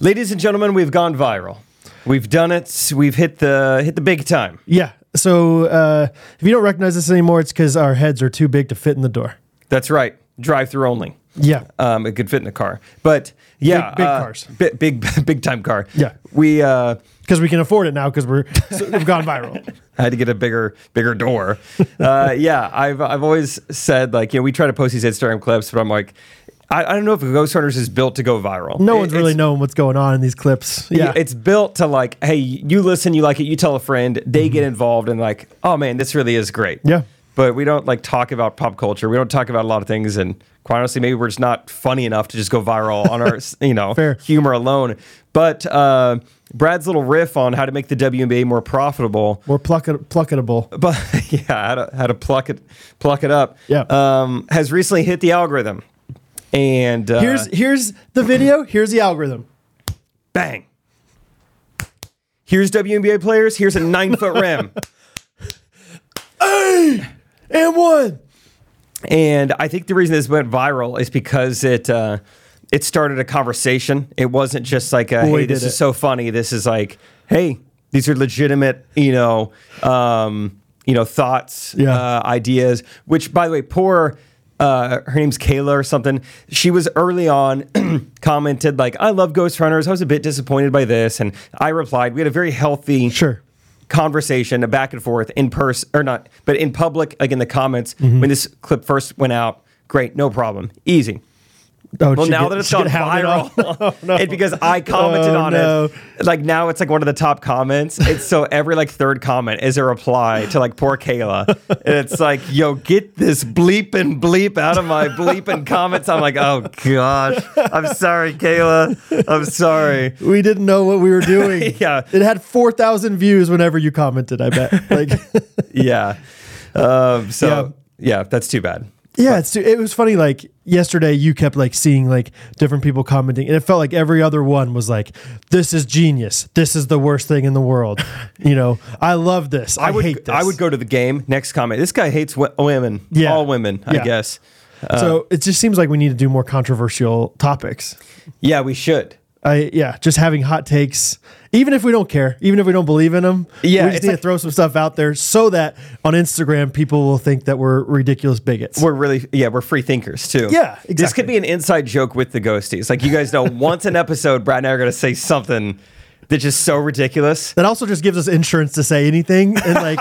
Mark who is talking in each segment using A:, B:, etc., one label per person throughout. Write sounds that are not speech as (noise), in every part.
A: Ladies and gentlemen, we've gone viral. We've done it. We've hit the hit the big time.
B: Yeah. So uh, if you don't recognize this anymore, it's because our heads are too big to fit in the door.
A: That's right. Drive through only.
B: Yeah.
A: Um, it could fit in a car, but yeah,
B: Big- big
A: uh,
B: cars.
A: bi- big (laughs) big time car.
B: Yeah.
A: we uh,
B: Because we can afford it now because we're so we've
A: (laughs)
B: gone viral.
A: I had to get a bigger, bigger
B: (laughs)
A: door. Uh, yeah, I've I've always said like, you know, we try to post these Instagram clips, but I'm like, I, I don't know if Ghost Hunters is built to go viral.
B: No
A: It-
B: one's really
A: it's-
B: knowing what's going on in these clips. Yeah.
A: it's built to like, hey, you listen, you like it, you tell a friend, they get involved, and like, oh man, this really is great.
B: Mm-hmm. Yeah.
A: But we don't like talk about pop culture. We don't talk about a lot of things, and quite honestly, maybe we're just not funny enough to just go viral on
B: (laughs)
A: our, you know,
B: Fair.
A: humor alone. But uh, Brad's little riff on how to make the WNBA more profitable (laughs)
B: we're pluck- pluckable.
A: but yeah, how to, how to pluck it, pluck it up.
B: Yeah.
A: um, has recently hit the algorithm, and uh,
B: Here's here's the video. Here's the algorithm.
A: bang. Here's WNBA players. Here's a nine foot
B: (laughs)
A: rim,
B: And one.
A: and I think the reason this went viral is because it uh, it started a conversation. It wasn't just like, a,
B: Boy,
A: hey, this
B: did
A: is
B: it.
A: so funny. This is like, hey, these are legitimate, you know, um, you know, thoughts,
B: Yeah.
A: uh, ideas. Which, by the way, poor. Uh, her name's Kayla or something. She was early on (clears throat) commented like, "I love Ghost Runners. I was a bit disappointed by this," and I replied. We had a very healthy
B: Sure.
A: conversation, a back and forth in person or not, but in public, like in the comments
B: Mm-hmm.
A: when this clip first went out. Great, no problem, easy.
B: Oh,
A: Well,
B: she
A: now
B: get-
A: that it's
B: she
A: gone
B: get hounded
A: viral,
B: off.
A: and because I commented
B: Oh,
A: on
B: no.
A: it, like now it's like one of the top comments. It's so every like third comment is a reply to like poor Kayla, and it's like, yo, get this bleep and bleep out of my bleeping comments. I'm like, oh gosh, I'm sorry, Kayla, I'm sorry.
B: (laughs) We didn't know what we were doing.
A: (laughs) Yeah.
B: It had 4,000 views whenever you commented,
A: (laughs)
B: I bet. Like,
A: Yeah, um, so yeah, that's too bad.
B: yeah, it's, it was funny. Like, yesterday you kept like seeing like different people commenting, and it felt like every other one was like, this is genius. This is the worst thing in the
A: (laughs)
B: world. You know, I love this. I,
A: I would
B: hate this.
A: I would go to the game. Next comment. This guy hates w- women.
B: Yeah.
A: all women. I
B: Yeah.
A: guess.
B: so
A: uh,
B: it just seems like we need to do more controversial topics.
A: Yeah, we should.
B: I yeah, just having hot takes, even if we don't care, even if we don't believe in them.
A: Yeah,
B: we just
A: it's
B: need
A: like-
B: to throw some stuff out there so that on Instagram people will think that we're ridiculous bigots.
A: We're really yeah, we're free thinkers too.
B: Yeah,
A: This could
B: exactly.
A: be an inside joke with the ghosties. Like you guys
B: (laughs)
A: know, once an episode, Brad and I are gonna say something that's just so ridiculous.
B: that also just gives us insurance to say anything and like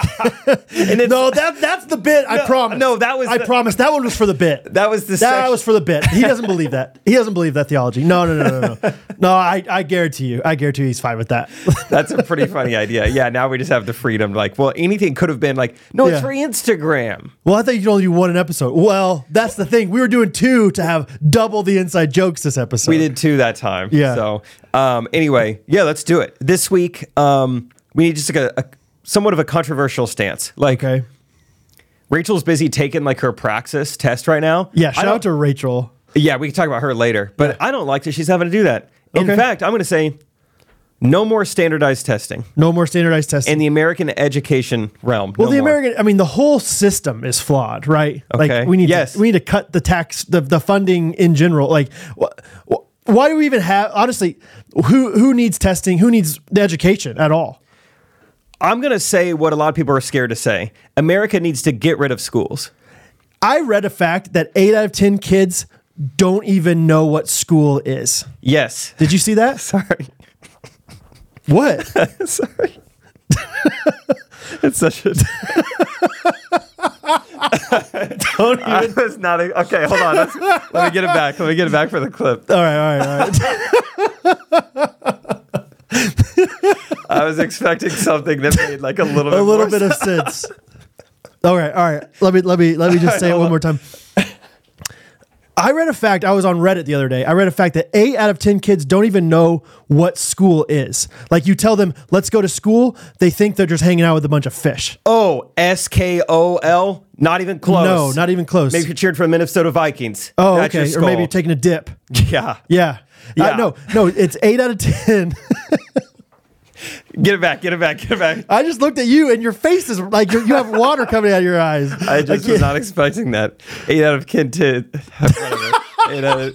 A: (laughs) And it's,
B: (laughs) no that that's the bit I promise
A: no, that was
B: I
A: the-
B: promise that one was for the
A: (laughs)
B: bit
A: that was the
B: that
A: section-
B: was for the bit he doesn't believe that he doesn't believe that theology no no no no
A: (laughs)
B: no no I I guarantee you I guarantee you he's fine with that (laughs)
A: That's a pretty funny idea. Yeah, now we just have the freedom. to, Like, well, anything could have been like, no, it's
B: Yeah.
A: for Instagram.
B: Well, I thought you'd only do one an episode. Well, that's the thing. We were doing two to have double the inside jokes this episode.
A: We did two that time.
B: Yeah.
A: So um, anyway, yeah, let's do it. This week, um, we need just like a, a somewhat of a controversial stance. Like
B: Okay.
A: Rachel's busy taking like her praxis test right now.
B: Yeah.
A: I
B: Shout
A: don't-
B: out to Rachel.
A: Yeah, we can talk about her later. But I don't like that she's having to do that. In
B: Okay.
A: fact, I'm going to say no more standardized testing
B: No more standardized testing.
A: in the American education realm.
B: well,
A: No
B: the
A: more.
B: American, I mean, the whole system is flawed, right?
A: Okay.
B: Like we need
A: Yes.
B: to, we need to cut the tax, the, the funding in general. Like, wh- wh- why do we even have? Honestly, who who needs testing? Who needs the education at all?
A: I'm going to say what a lot of people are scared to say. America needs to get rid of schools.
B: I read a fact that eight out of ten kids don't even know what school is. (laughs)
A: Yes.
B: Did you
A: (laughs)
B: see that?
A: Sorry.
B: (laughs) What?
A: Sorry. it's such a.
B: (laughs) Don't even-
A: I was not. A, okay, hold on. Let's- let me get it back. Let me get it back for the clip.
B: all right, all right, all right.
A: I was expecting something that made like a little bit
B: a little
A: more (laughs)
B: bit of sense. all right, all right. Let me let me let
A: (laughs)
B: me just say it one more time. I read a fact. I was on Reddit the other day. I read a fact that eight out of ten kids don't even know what school is. Like you tell them, "Let's go to school," they think they're just hanging out with a bunch of fish.
A: Oh, S K O L. Not even close.
B: No, not even close.
A: Maybe you're cheering for the Minnesota Vikings.
B: oh,
A: That's your
B: okay. Or maybe
A: skull.
B: you're taking
A: (laughs)
B: a dip.
A: yeah.
B: Yeah.
A: Yeah.
B: Uh, no, no, it's eight out
A: (laughs)
B: of ten.
A: Get it back. Get it back. Get it back.
B: I just looked at you, and your face is like you're, you have water coming out of your eyes.
A: I just was (laughs)
B: can't-
A: not expecting that. Eight out of ten. Ten. You know,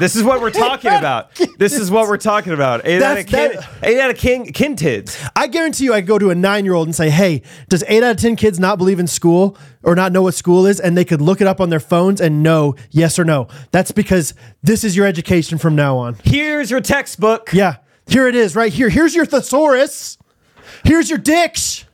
A: this is what we're talking about. This is what we're talking about. Eight out of
B: That's-
A: kin,
B: that-
A: eight out of kin, kin tids.
B: I guarantee you, I could go to a nine year old and say, "Hey, does eight out of ten kids not believe in school or not know what school is?" And they could look it up on their phones and know yes or no. That's because this is your education from now on.
A: Here's your textbook.
B: Yeah, here it is, right here. Here's your thesaurus. Here's your dicks.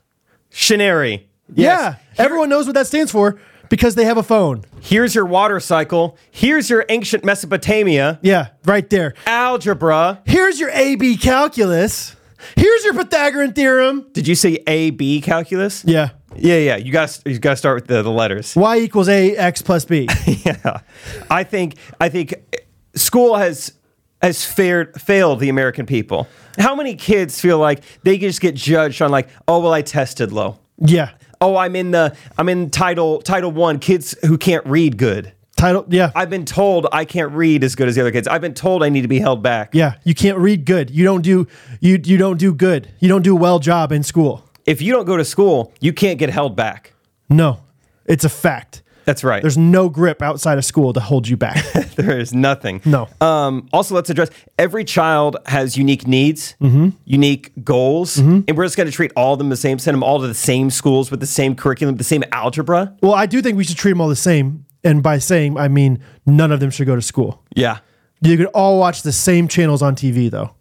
A: Shinary.
B: Yeah, everyone knows what that stands for because they have a phone.
A: Here's your water cycle. Here's your ancient Mesopotamia.
B: Yeah, right there.
A: Algebra.
B: Here's your AB calculus. Here's your Pythagorean theorem.
A: Did you say A B calculus?
B: Yeah.
A: Yeah, yeah. You got you got to start with the, the letters.
B: Y equals AX plus B. (laughs)
A: Yeah, I think I think school has has fared failed the American people. How many kids feel like they just get judged on like, oh well, I tested low.
B: Yeah.
A: Oh, I'm in the I'm in title title one. Kids who can't read good.
B: Title. Yeah.
A: I've been told I can't read as good as the other kids. I've been told I need to be held back.
B: Yeah, you can't read good. You don't do you you don't do good. You don't do well job in school.
A: If you don't go to school, you can't get held back.
B: No. It's a fact.
A: That's right.
B: There's no grip outside of school to hold
A: (laughs)
B: you back.
A: There is nothing.
B: No.
A: Um, also, let's address every child has unique needs,
B: Mm-hmm.
A: unique goals, and we're just going to treat all of them the same, send them all to the same schools with the same curriculum, the same algebra.
B: well, I do think we should treat them all the same, and by same I mean none of them should go to school.
A: Yeah.
B: You could all watch the same channels on TV though.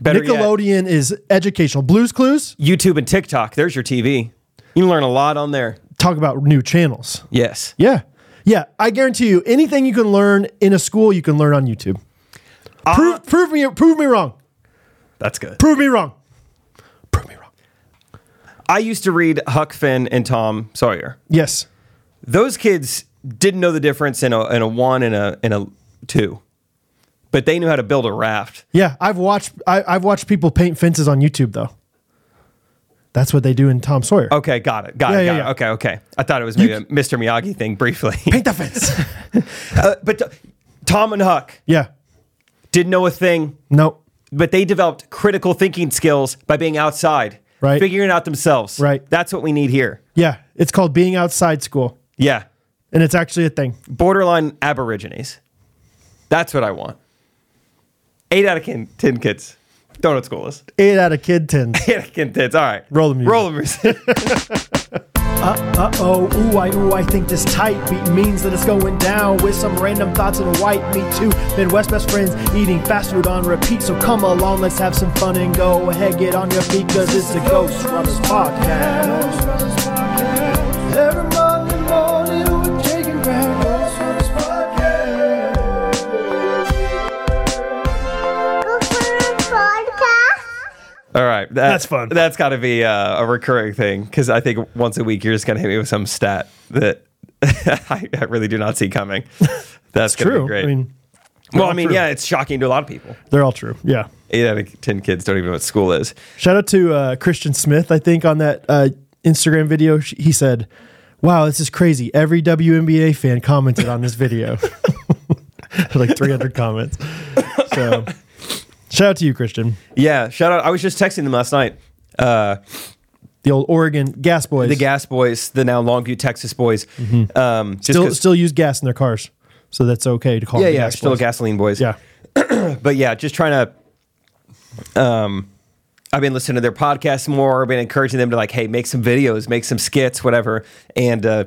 A: Better yet,
B: Nickelodeon is educational. Blues Clues
A: YouTube and TikTok. There's your TV. You can learn a lot on there.
B: talk about new channels.
A: Yes.
B: Yeah. Yeah, I guarantee you anything you can learn in a school you can learn on YouTube.
A: Uh,
B: prove prove me prove me wrong.
A: That's good.
B: Prove me wrong. Prove me wrong.
A: I used to read Huck Finn and Tom Sawyer.
B: Yes.
A: Those kids didn't know the difference in a, in a one and a, and a two, but they knew how to build a raft.
B: Yeah, I've watched I, I've watched people paint fences on YouTube though. That's what they do in Tom Sawyer.
A: Okay, got it. Got
B: Yeah,
A: it.
B: yeah,
A: Got
B: yeah.
A: it. Okay, okay. I thought it was maybe a Mr. Miyagi thing briefly.
B: Paint the fence. (laughs)
A: Uh, but t- Tom and Huck
B: yeah.
A: didn't know a thing,
B: No.
A: but they developed critical thinking skills by being outside,
B: Right.
A: figuring it out themselves.
B: Right.
A: That's what we need here.
B: Yeah. It's called being outside school.
A: Yeah.
B: And it's actually a thing.
A: Borderline aborigines. That's what I want. Eight out of kin- 10 kids. Don't know what school is. (laughs)
B: Eight out of kid tens.
A: Eight out of kin- kids. All right.
B: Roll the music.
A: Roll the
B: (laughs)
A: music.
B: Uh oh, ooh, I, ooh, I think this tight beat means that it's going down with some random thoughts and a white meat too. Midwest best friends eating fast food on repeat. So come along, let's have some fun and go ahead, get on your feet, cause it's the Ghost Brothers Podcast. Every Monday morning, we're taking ground. Ghost Brothers Podcast.
C: podcast.
A: All right. That-
B: That's fun.
A: That's got to be uh, a recurring thing because I think once a week you're just going to hit me with some stat that (laughs) I, I really do not see
B: (laughs)
A: coming. That's gonna be great. well, I mean,
B: true.
A: yeah, it's shocking to a lot of people.
B: they're all true. Yeah.
A: Eight out of ten kids don't even know what school is.
B: Shout out to uh, Christian Smith, I think, on that uh, Instagram video. Sh- He said, Wow, this is crazy. Every WNBA fan commented on this video. (laughs) like 300 comments. So, shout out to you, Christian.
A: Yeah, shout out. I was just texting them last night. Uh,
B: The old Oregon gas boys.
A: the Gas Boys, the now Longview Texas Boys. Um, just
B: still,
A: 'cause-
B: still use gas in their cars. So, that's okay to call
A: yeah,
B: them the
A: yeah,
B: gas
A: still
B: boys.
A: gasoline boys.
B: Yeah.
A: but yeah, just trying to. Um, I've been listening to their podcast more. I've been encouraging them to like, hey, make some videos, make some skits, whatever. And uh,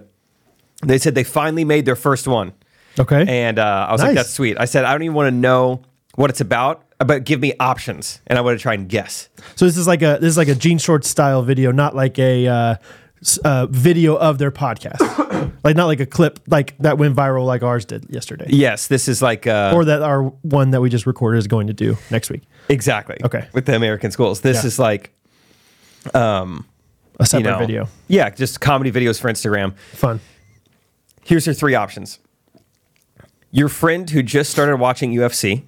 A: they said they finally made their first one.
B: Okay.
A: And uh, I was like,
B: Nice.
A: that's sweet. I said, I don't even want to know what it's about, but give me options, and I want to try and guess.
B: so, this is like a this is like a Gene Shorts style video, not like a uh, s- uh, video of their podcast. (coughs) like, not like a clip like that went viral like ours did yesterday.
A: Yes, this is like uh,
B: or that our one that we just recorded is going to do next week.
A: exactly
B: Okay.
A: with the American schools. This
B: Yeah.
A: is like
B: A
A: you
B: separate
A: know,
B: video.
A: Yeah, just comedy videos for Instagram.
B: Fun.
A: Here's your three options. Your friend who just started watching
B: (laughs)
A: UFC.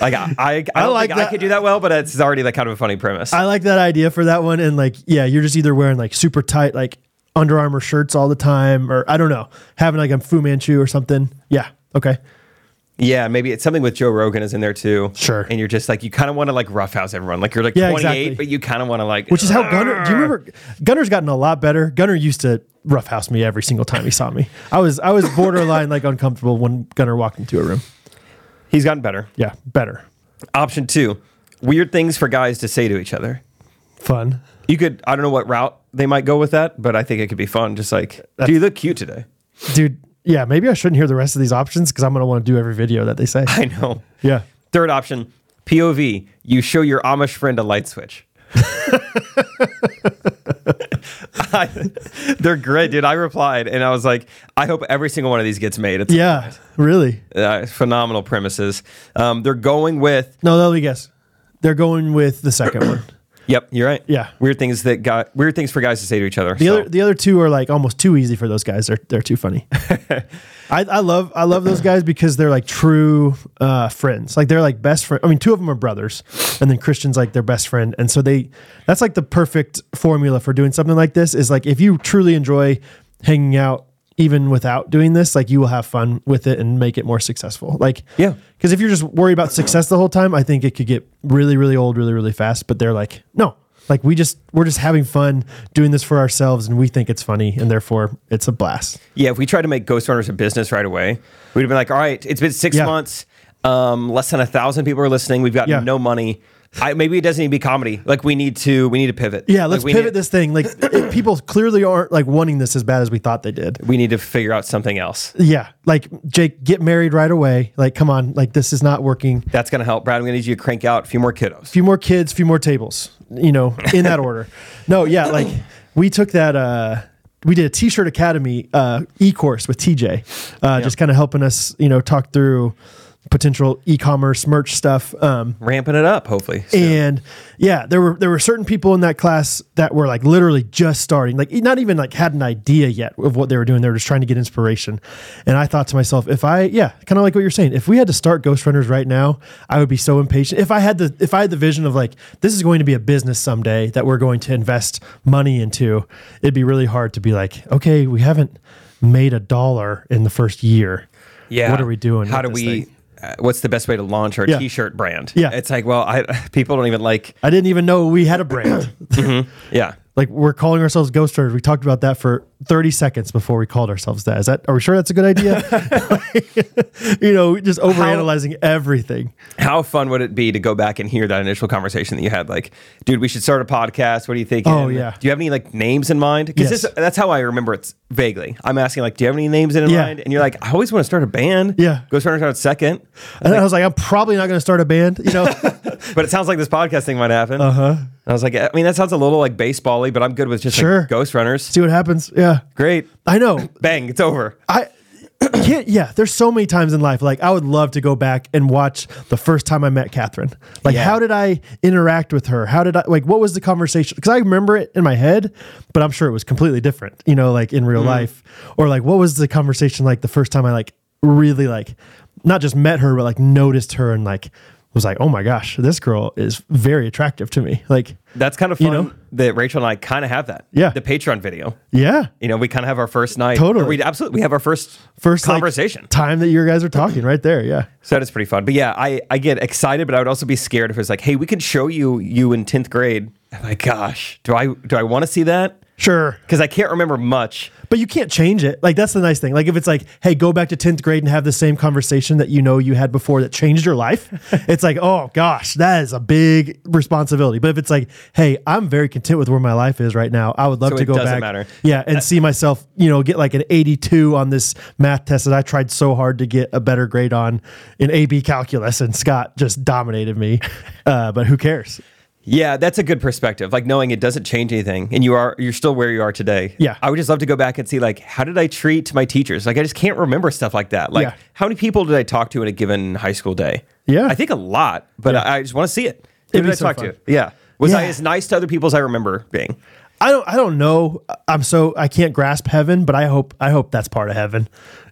A: like I, I, I, don't
B: like
A: think I
B: that.
A: could do that well, but it's already like kind of a funny premise.
B: I like that idea for that one. And like, yeah, you're just either wearing like super tight, like Under Armour shirts all the time, or I don't know, having like a Fu Manchu or something. Yeah. Okay.
A: Yeah, maybe it's something with Joe Rogan is in there too.
B: Sure.
A: And you're just like you kind of want to like roughhouse everyone. Like you're like
B: Yeah,
A: 28,
B: exactly.
A: but you kind of want to like
B: Which is how Gunner. Do you remember? Gunner's gotten a lot better. Gunner used to roughhouse me every single time he saw me. I was I was borderline like uncomfortable when Gunner walked into a room.
A: he's gotten better.
B: Yeah, better,
A: Option two, weird things for guys to say to each other.
B: fun.
A: You could I don't know what route they might go with that, but I think it could be fun. Just like, do you look cute today? (laughs)
B: dude yeah maybe i shouldn't hear the rest of these options because i'm going to want to do every video that they say
A: I know.
B: yeah
A: Third option, POV. You show your Amish friend a light switch. (laughs) I, they're great, dude. I replied and I was like, I hope every single one of these gets made. It's
B: yeah really
A: uh, phenomenal premises. Um, they're going with
B: no let me guess they're going with the second one
A: yep. You're right.
B: Yeah.
A: Weird things that got weird things for guys to say to each other.
B: the
A: so.
B: other the other two are like almost too easy for those guys they're, they're too funny I, I love i love those guys because they're like true uh, friends like they're like best friend i mean two of them are brothers and then christian's like their best friend and so they that's like the perfect formula for doing something like this is like if you truly enjoy hanging out even without doing this like you will have fun with it and make it more successful like
A: Yeah.
B: because if you're just worried about success the whole time, I think it could get really, really old, really, really fast. But they're like, no, like we just we're just having fun doing this for ourselves, and we think it's funny, and therefore it's a blast.
A: yeah. If we tried to make Ghost Runners a business right away, we'd have been like, all right, it's been six
B: Yeah.
A: months. Um, less than a thousand people are listening. We've got
B: Yeah.
A: no money. I, maybe it doesn't even be comedy. Like we need to, we need to pivot.
B: Yeah,
A: Like,
B: let's
A: we need,
B: pivot this thing.
A: (clears throat)
B: Like it, people clearly aren't like wanting this as bad as we thought they did.
A: We need to figure out something else.
B: Yeah, like Jake, get married right away. Like, come on, like this is not working.
A: That's gonna help, Brad. I'm gonna need you to crank out a few more kiddos.
B: few more kids, few more tables, you know, in that order. No, yeah, like we took that uh we did a t-shirt academy uh e-course with TJ. Uh just kind of helping us, you know, talk through potential e-commerce merch stuff. Um
A: Ramping it up, hopefully. So-
B: and yeah, there were there were certain people in that class that were like literally just starting, like not even like had an idea yet of what they were doing. They were just trying to get inspiration. And I thought to myself, if I yeah, kind of like what you're saying, if we had to start Ghost Runners right now, I would be so impatient. If I had the if I had the vision of like this is going to be a business someday that we're going to invest money into, it'd be really hard to be like, okay, we haven't made a dollar in the first year.
A: yeah.
B: what are we doing?
A: How do
B: with this
A: we?
B: thing?
A: Uh, what's the best way to launch our
B: Yeah.
A: t-shirt brand?
B: Yeah.
A: It's like, well, I (laughs) people don't even like.
B: I didn't even know we had a brand.
A: (coughs) Yeah.
B: like we're calling ourselves ghost runners. We talked about that for 30 seconds before we called ourselves that. Is that are we sure that's a good idea? (laughs) you know, just overanalyzing everything.
A: How fun would it be to go back and hear that initial conversation that you had? Like, dude, we should start a podcast. What do you think?
B: Oh, yeah.
A: Do you have any like names in mind? Because
B: Yes.
A: that's how I remember it vaguely. I'm asking like, do you have any names in
B: Yeah.
A: mind? And you're like, I always want to start a band.
B: Yeah.
A: Go start out second.
B: And I was like, I'm probably not going to start a band, you know.
A: But it sounds like this podcast thing might happen. Uh
B: Uh-huh.
A: huh. I was like, I mean, that sounds a little like baseball-y, but I'm good with just
B: Sure.
A: like ghost runners.
B: See what happens. Yeah.
A: Great.
B: I know.
A: Bang. It's over.
B: I (clears throat) can't. Yeah, there's so many times in life. Like I would love to go back and watch the first time I met Catherine. Like
A: Yeah.
B: how did I interact with her? How did I like what was the conversation? Because I remember it in my head, but I'm sure it was completely different. You know, like in
A: Mm.
B: real life, or like what was the conversation like the first time I like really like not just met her, but like noticed her and like was like, oh my gosh, this girl is very attractive to me. Like,
A: That's kind of fun
B: You know?
A: that Rachel and I kind of have that.
B: Yeah.
A: The Patreon video.
B: yeah,
A: You know, we kind of have our first night.
B: Totally.
A: Or We absolutely we have our first
B: first like,
A: conversation.
B: time that you guys are talking right there. Yeah.
A: So that is pretty fun. But yeah, I, I get excited, but I would also be scared if it was like, hey, we could show you you in 10th grade. I'm like, gosh, do I do I want to see that?
B: Sure.
A: Because I can't remember much.
B: But you can't change it. Like that's the nice thing. Like if it's like, hey, go back to tenth grade and have the same conversation that you know you had before that changed your life.
A: (laughs)
B: it's like, oh gosh, that is a big responsibility. But if it's like, hey, I'm very content with where my life is right now. I would love
A: So
B: to
A: it
B: go
A: doesn't
B: back,
A: matter. Uh,
B: yeah, and see myself, you know, get like an 82 on this math test that I tried so hard to get a better grade on in AB calculus, and Scott just
A: (laughs)
B: dominated me. Uh, but who cares?
A: Yeah, that's a good perspective. Like knowing it doesn't change anything and you are you're still where you are today.
B: Yeah.
A: I would just love to go back and see like how did I treat my teachers? Like I just can't remember stuff like that. Like
B: Yeah.
A: how many people did I talk to in a given high school day?
B: Yeah.
A: I think a lot, but I, I just want to see it. Who did
B: It'd be
A: I
B: so
A: talk
B: fun.
A: to? Yeah. Was I
B: Yeah.
A: as nice to other people as I remember being?
B: I don't I don't know. I'm so I can't grasp heaven, but I hope I hope that's part of heaven.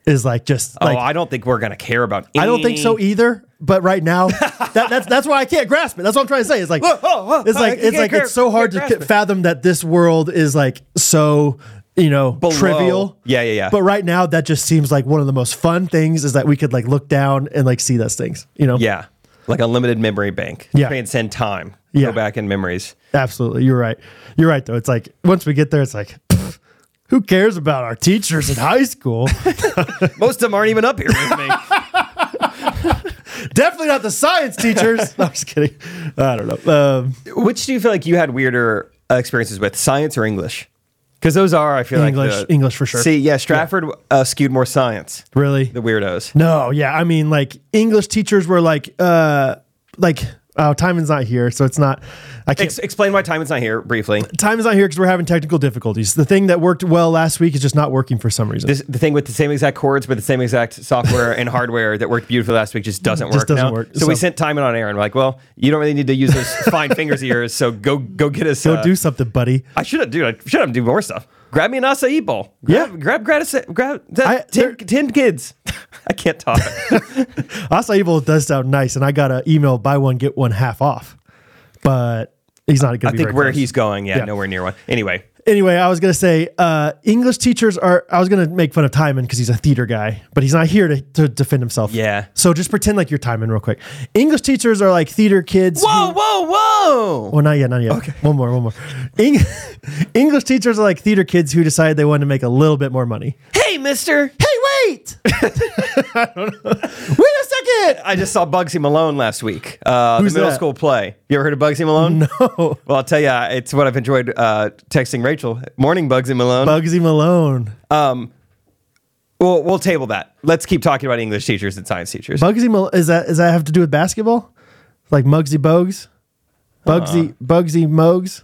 B: Is like just like
A: oh, I don't think we're gonna care about
B: I don't think so
A: any-
B: either. But right
A: (laughs)
B: now, that, that's that's why I can't grasp it. That's what I'm trying to say. It's like
A: Whoa, whoa, whoa.
B: it's like
A: You can't
B: it's like
A: gra-
B: it's so hard
A: can't
B: to
A: grasp it.
B: fathom that this world is like so you know,
A: Below.
B: trivial.
A: Yeah, yeah, yeah.
B: But right now, that just seems like one of the most fun things is that we could like look down and like see those things. You know,
A: yeah, like a limited memory bank.
B: Yeah.
A: transcend time.
B: Yeah.
A: go back in memories.
B: absolutely. You're right. You're right though. It's like once we get there, it's like. pff, Who cares about our teachers in high school?
A: Most of them aren't even up here with me.
B: Definitely not the science teachers. (laughs) No, I'm just kidding. I don't know. Um,
A: Which do you feel like you had weirder uh, experiences with, science or English? Because those are, I feel
B: English-
A: like the-
B: English for sure.
A: See, yeah, Stratford Uh, skewed more science.
B: really?
A: The weirdos.
B: No, yeah. I mean, like English teachers were like, uh, like, oh, Timon's not here, so it's not. I can't.
A: Ex- explain why Timon's not here briefly.
B: Timon's not here because we're having technical difficulties. The thing that worked well last week is just not working for some reason.
A: This, the thing with the same exact chords, but the same exact software and hardware that worked beautifully last week just doesn't work.
B: Just doesn't
A: now.
B: work,
A: So, we
B: so-
A: sent Timon on air and we're like, well, you don't really need to use those fine fingers of yours. So go go get us.
B: Go
A: uh,
B: do something, buddy.
A: I should have, dude. I should have do more stuff. Grab me an acai bowl. Grab,
B: Yeah.
A: grab, gratis, grab that,
B: I- there-
A: ten, 10 kids. (laughs) I can't
B: (laughs)
A: talk.
B: Acai bowl does sound nice, and I got an email buy one get one half off, but he's not going to
A: I
B: be
A: think
B: very
A: where
B: close.
A: he's going, yeah,
B: Yeah.
A: nowhere near one. Anyway,
B: Anyway, I was gonna say uh, English teachers are. I was gonna make fun of Timon because he's a theater guy, but he's not here to, to defend himself.
A: Yeah.
B: So just pretend like you're Timon real quick. English teachers are like theater kids. who-
A: whoa, whoa, whoa!
B: Well, not yet, not yet. Okay. One more, one more. Eng- (laughs) English teachers are like theater kids who decided they wanted to make a little bit more money.
A: Hey, Mister.
B: Hey, wait! I don't know. Wait a second!
A: I just saw Bugsy Malone last week. Uh,
B: Who's
A: the middle
B: that?
A: school play. You ever heard of Bugsy Malone?
B: No.
A: Well, I'll tell you, it's what I've enjoyed uh, texting Rachel. Morning, Bugsy Malone.
B: Bugsy Malone.
A: we'll, we'll table that. Let's keep talking about English teachers and science teachers.
B: Bugsy Malone. Is that, does that have to do with basketball? Like Mugsy Bogues? Bugsy, Bugsy Mogues?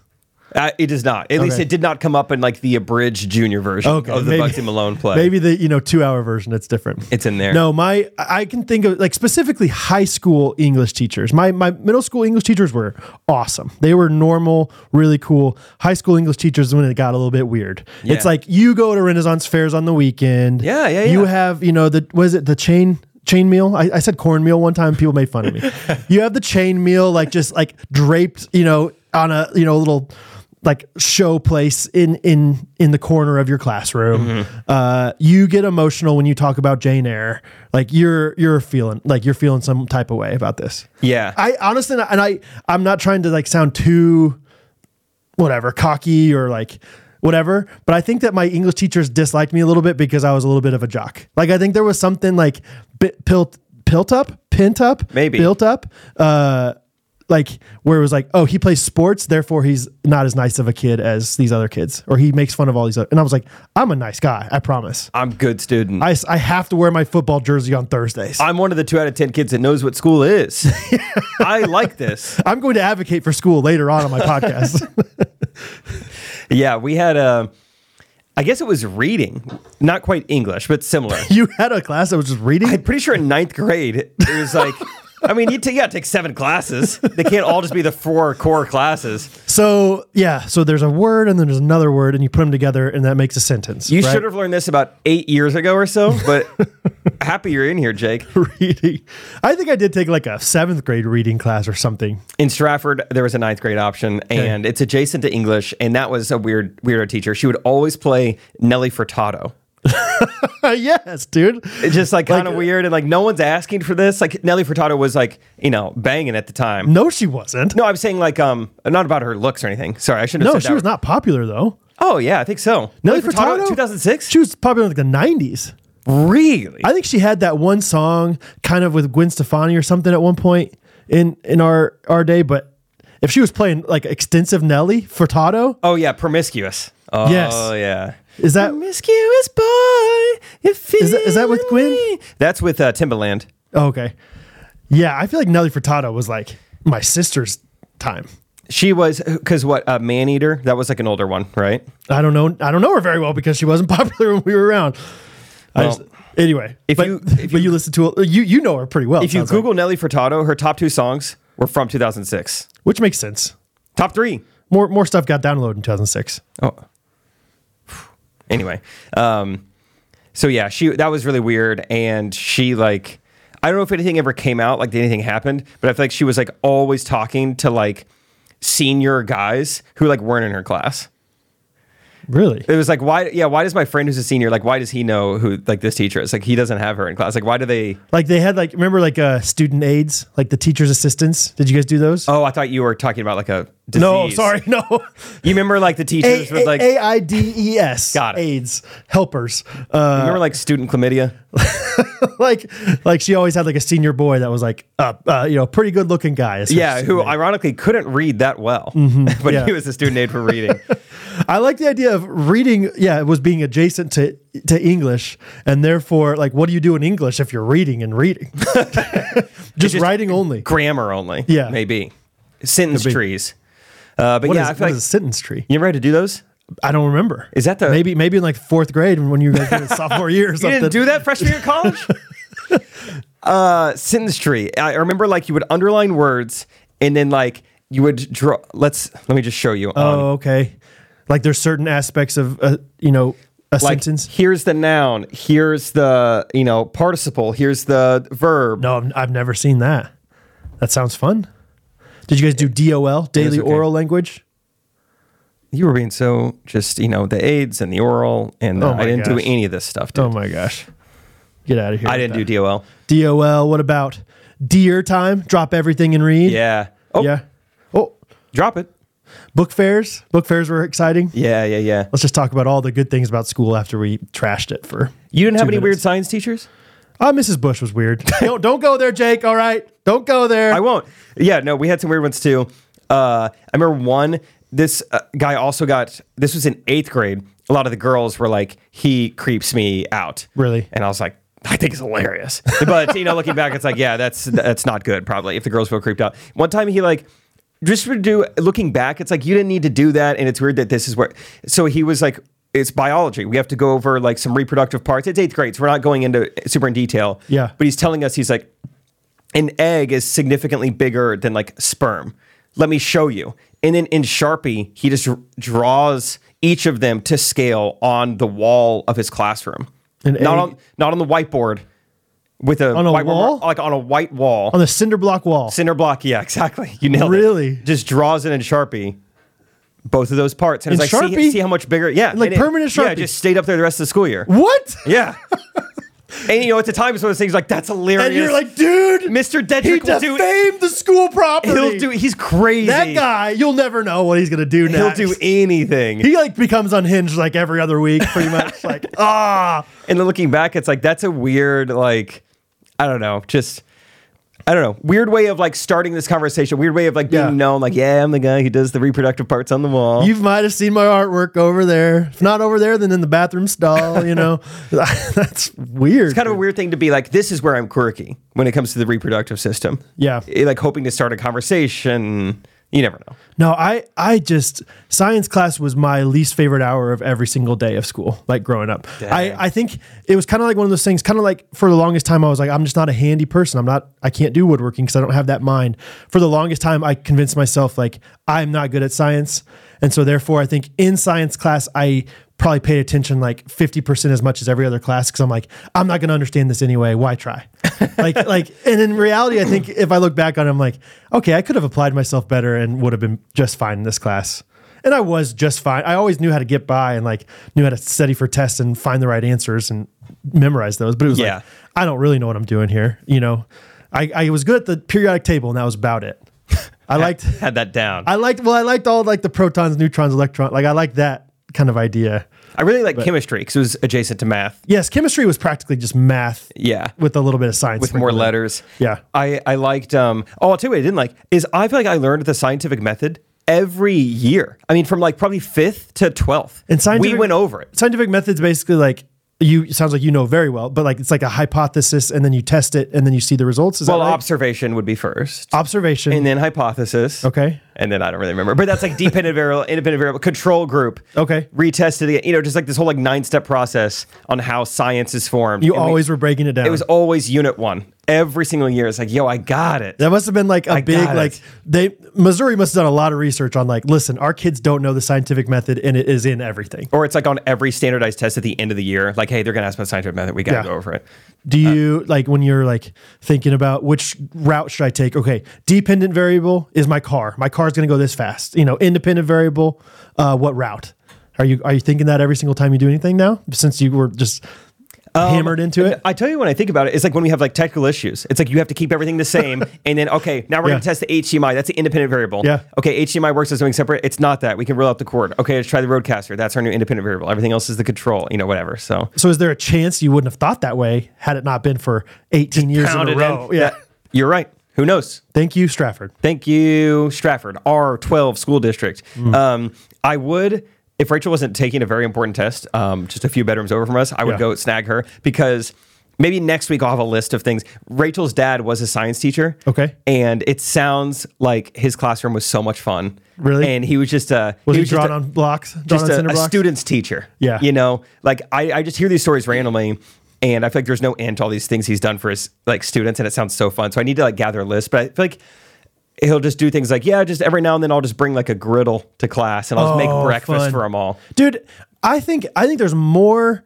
A: uh, it does not. At least
B: Okay.
A: it did not come up in like the abridged junior version
B: Okay,
A: of the
B: maybe-
A: Bugsy
B: (laughs)
A: Malone play.
B: Maybe the you know two hour version. It's different.
A: It's in there.
B: No, my I I can think of like specifically high school English teachers. My my middle school English teachers were awesome. They were normal, really cool. High school English teachers is when it got a little bit weird.
A: Yeah.
B: It's like you go to Renaissance fairs on the weekend.
A: Yeah, yeah,
B: You
A: yeah.
B: have you know the was it the chain. Chain meal. I, I said cornmeal one time. People made fun of me. you have the chain meal, like just like draped, you know, on a you know little like show place in in in the corner of your classroom. Uh, you get emotional when you talk about Jane Eyre. Like you're you're feeling like you're feeling some type of way about this.
A: Yeah.
B: I honestly and I I'm not trying to like sound too whatever cocky or like whatever but i think that my english teachers disliked me a little bit because i was a little bit of a jock like i think there was something like bit pilt pilt up pent up
A: Maybe.
B: built up uh like where it was like oh he plays sports therefore he's not as nice of a kid as these other kids or he makes fun of all these other and i was like i'm a nice guy i promise
A: I'm a good student.
B: i, s- I have to wear my football jersey on thursdays
A: I'm one of the two out of 10 kids that knows what school (laughs) is. I like this.
B: i'm going to advocate for school later on on my podcast (laughs)
A: Yeah, we had um I guess it was reading, not quite English, but (laughs) similar.
B: you had a class that was just reading
A: I'm pretty sure in ninth grade, it was like, I mean, you, t- you gotta take seven classes. They can't all just be the four core classes.
B: So yeah, so there's a word and then there's another word, and you put them together, and that makes a sentence.
A: You
B: right?
A: should have learned this about eight years ago or so, (laughs) but happy you're in here, Jake.
B: (laughs) reading. I think I did take like a seventh grade reading class or something. (laughs)
A: In Stratford, there was a ninth grade option, and it's adjacent to English, and that was a weird, weirdo teacher. She would always play Nelly Furtado.
B: yes, dude.
A: It's just like kind of
B: Like-
A: weird, and like no one's asking for this. Like Nelly Furtado was like, you know, banging at the time.
B: No, she wasn't.
A: No, I'm saying like um, not about her looks or anything. Sorry, I shouldn't.
B: No,
A: have said
B: she
A: that.
B: was not popular though.
A: Oh yeah, I think so.
B: Nelly Furtado?
A: 2006.
B: She was popular in like the '90s.
A: Really?
B: I think she had that one song, kind of with Gwen Stefani or something at one point in in our our day. But if she was playing like extensive Nelly Furtado,
A: oh yeah, promiscuous. Oh
B: Yes.
A: yeah.
B: is that
A: Promiscuous boy,
B: Is that- is that with Gwen?
A: That's with uh, Timbaland.
B: oh, okay? Yeah, I feel like Nelly Furtado was like my sister's time.
A: She was because what uh, man eater? That was like an older one, right?
B: I don't know. I don't know her very well because she wasn't (laughs) popular when we were around. I
A: Well,
B: just, anyway,
A: if
B: but, (laughs)
A: you- if
B: but you listen to you you know her pretty well.
A: If you
B: sounds like.
A: Google Nelly Furtado, her top two songs were from 2006.
B: which makes sense.
A: Top three.
B: More more stuff got downloaded in 2006.
A: Oh. (sighs) Anyway, um, so yeah, she that was really weird, and she like I don't know if anything ever came out, like did anything happened, but I feel like she was like always talking to like senior guys who like weren't in her class.
B: Really?
A: It was like why yeah, why does my friend who's a senior like why does he know who like this teacher is? Like he doesn't have her in class. Like why do they
B: Like they had like remember like uh student aides, like the teacher's assistants. Did you guys do those?
A: Oh, I thought you were talking about like a disease.
B: no, sorry, (laughs) no.
A: You remember like the teachers with like
B: A I D E S.
A: Got it.
B: AIDS helpers. Uh,
A: remember like student chlamydia?
B: Oh, (laughs) like like she always had like a senior boy that was like uh, uh you know pretty good looking guy. is her
A: Yeah,
B: student
A: who
B: aide.
A: ironically couldn't read that well. (laughs) but
B: yeah.
A: he was a student aid for
B: (laughs)
A: reading.
B: I like the idea of reading. Yeah, it was being adjacent to to English, and therefore, like, what do you do in English if you're reading
A: (laughs)
B: and reading? (laughs) just,
A: just-
B: writing only.
A: Grammar only.
B: Yeah.
A: Maybe. Sentence
B: be.
A: trees. Uh, but
B: What is
A: yeah, I feel
B: what
A: like
B: is a sentence tree?
A: you ever had to do those?
B: I don't remember.
A: Is that the-
B: maybe maybe in like fourth grade when you guys
A: (laughs)
B: did it sophomore year or
A: You
B: something?
A: didn't do that freshman year of
B: (laughs)
A: college? uh, sentence tree. I remember like you would underline words and then like you would draw. Let's let me just show you. um, on-
B: Oh, okay. Like there's certain aspects of uh, you know a
A: like
B: sentence.
A: here's the noun, here's the you know participle, here's the verb.
B: No, I've, I've never seen that. That sounds fun. Did you guys do DOL, daily
A: okay.
B: oral language?
A: You were being so just you know the AIDS and the oral and the-
B: Oh my
A: I didn't do
B: gosh.
A: any of this stuff. Dude.
B: Oh my gosh. Get out of here.
A: I didn't do DOL.
B: do DOL. What about deer time? Drop everything and read.
A: Yeah. Oh,
B: Yeah. Oh,
A: drop it.
B: book fairs. Book fairs were exciting.
A: Yeah, yeah, yeah.
B: Let's just talk about all the good things about school after we trashed it for.
A: You didn't have
B: Two
A: any weird
B: minutes.
A: science teachers?
B: Ah, Mrs. Bush was
A: (laughs)
B: weird. don't don't go there, Jake. All right, don't go there.
A: I won't. Yeah, no, we had some weird ones too. Uh, I remember one. This uh, guy also got. This was in eighth grade. A lot of the girls were like, "He creeps me out."
B: Really?
A: And I was like, "I think it's hilarious." But you know, looking back, it's like, yeah, that's that's not good. Probably if the girls feel creeped out. One time he like. Just for do looking back, it's like you didn't need to do that, and it's weird that this is where. So he was like, "It's biology. We have to go over like some reproductive parts." It's eighth grade, so we're not going into super in detail.
B: Yeah.
A: but he's telling us he's like, an egg is significantly bigger than like sperm. Let me show you. And then in Sharpie, he just dr- draws each of them to scale on the wall of his classroom.
B: An
A: not
B: egg-
A: on not on the whiteboard with a
B: On a
A: whiteboard
B: wall?
A: like on a white wall.
B: on the cinder block wall.
A: Cinder block, yeah, (laughs) exactly. You nailed it.
B: Really?
A: Just draws it in Sharpie. Both of those parts. And
B: In
A: it's like see,
B: Sharpie?
A: see how much bigger. Yeah.
B: Like
A: and it-
B: permanent
A: Yeah,
B: Sharpie?
A: it just stayed up there the rest of the school year.
B: what?
A: Yeah. (laughs) and you know, at the time it's one of those things like that's hilarious.
B: And you're like, dude,
A: Mr. Dedrick
B: he
A: will do
B: defamed the school property.
A: He'll do. He's crazy.
B: that guy. You'll never know what he's gonna do
A: He'll
B: next.
A: do anything.
B: He like becomes unhinged like every other week, pretty much.
A: (laughs)
B: like ah,
A: and then looking back, it's like that's a weird, like, I don't know, just. I don't know. Weird way of like starting this conversation. Weird way of like being
B: Yeah.
A: known. Like, yeah, I'm the guy who does the reproductive parts on the wall.
B: you might have seen my artwork over there. If not over there, then in the bathroom stall.
A: (laughs)
B: You know, (laughs) that's weird.
A: it's kind of a weird thing to be like. This is where I'm quirky when it comes to the reproductive system.
B: Yeah.
A: It- like hoping to start a conversation. You never know.
B: No, I I just science class was my least favorite hour of every single day of school, like growing up. I,
A: Dang.
B: I think it was kind of like one of those things, kind of like for the longest time I was like, I'm just not a handy person. I'm not I can't do woodworking because I don't have that mind. For the longest time I convinced myself like I'm not good at science. And so therefore I think in science class I probably paid attention like 50% as much as every other class because I'm like, I'm not gonna understand this anyway. Why try? like like and in reality i think if i look back on it i'm like okay i could have applied myself better and would have been just fine in this class and i was just fine i always knew how to get by and like knew how to study for tests and find the right answers and memorize those but it was
A: Yeah.
B: like i don't really know what i'm doing here you know i, I was good at the periodic table and that was
A: (laughs)
B: about it i liked
A: Had that down.
B: i liked well i liked all like the protons neutrons electrons like i liked that kind of idea
A: I really like chemistry because it was adjacent to math.
B: yes chemistry was practically just math
A: Yeah.
B: with a little bit of science
A: with more
B: sprinkled in.
A: letters.
B: Yeah.
A: I, I liked um oh I'll tell you what I didn't like is I feel like I learned the scientific method every year. I mean from like probably fifth to twelfth.
B: And scientific,
A: we went over it.
B: Scientific methods basically like you it sounds like you know very well, but like it's like a hypothesis, and then you test it, and then you see the results. Is
A: Well,
B: that right?
A: observation would be first.
B: observation?
A: and then hypothesis.
B: okay,
A: And then I don't really remember. But that's like dependent variable, independent variable, control group.
B: Okay.
A: Retested again. You know, just like this whole like nine step process on how science is formed.
B: you
A: And we-
B: always were breaking it down.
A: it was always unit one. Every single year. It's like, yo, I got it.
B: that must have been like a big
A: got it.
B: like they Missouri must have done a lot of research on like listen, our kids don't know the scientific method, and it is in everything.
A: Or it's like on every standardized test at the end of the year, like, hey, they're gonna ask about scientific method. We gotta
B: Yeah.
A: go over it.
B: Do you like when you're like thinking about which route should I take? Okay, dependent variable is my car. My car's going to go this fast. You know, independent variable, uh, what route? Are you are you thinking that every single time you do anything now? Since you were just
A: Um,
B: hammered into it.
A: I tell you when I think about it, it's like when we have like technical issues. It's like you have to keep everything the
B: (laughs)
A: same, and then okay, now we're
B: Yeah.
A: gonna test the HDMI. That's the independent variable.
B: Yeah.
A: Okay, HDMI works as something separate. It's not that. We can roll out the cord. Okay, let's try the roadcaster. That's our new independent variable. Everything else is the control. You know, whatever. So
B: So is there a chance you wouldn't have thought that way had it not been for 18 years in
A: Pound
B: a
A: it
B: row?
A: in.
B: Yeah.
A: You're right. Who knows?
B: Thank you, Stratford.
A: Thank you, Stratford, R12 school district.
B: Hmm.
A: Um, I would, if Rachel wasn't taking a very important test, um, just a few bedrooms over from us, I would
B: Yeah.
A: go snag her because maybe next week I'll have a list of things. Rachel's dad was a science teacher.
B: Okay.
A: And it sounds like his classroom was so much fun.
B: Really?
A: And he was just a.
B: Was he,
A: just
B: drawn
A: a-
B: on blocks? Drawn
A: just
B: on
A: a,
B: cinder
A: a
B: blocks?
A: student's teacher.
B: Yeah.
A: You know, like I, I just hear these stories randomly and I feel like there's no end to all these things he's done for his like students and it sounds so fun. So I need to like gather a list, but I feel like he'll just do things like, yeah, just every now and then I'll just bring like a griddle to class and I'll just
B: Oh,
A: make breakfast
B: fun.
A: for them all.
B: dude. I think I think there's more.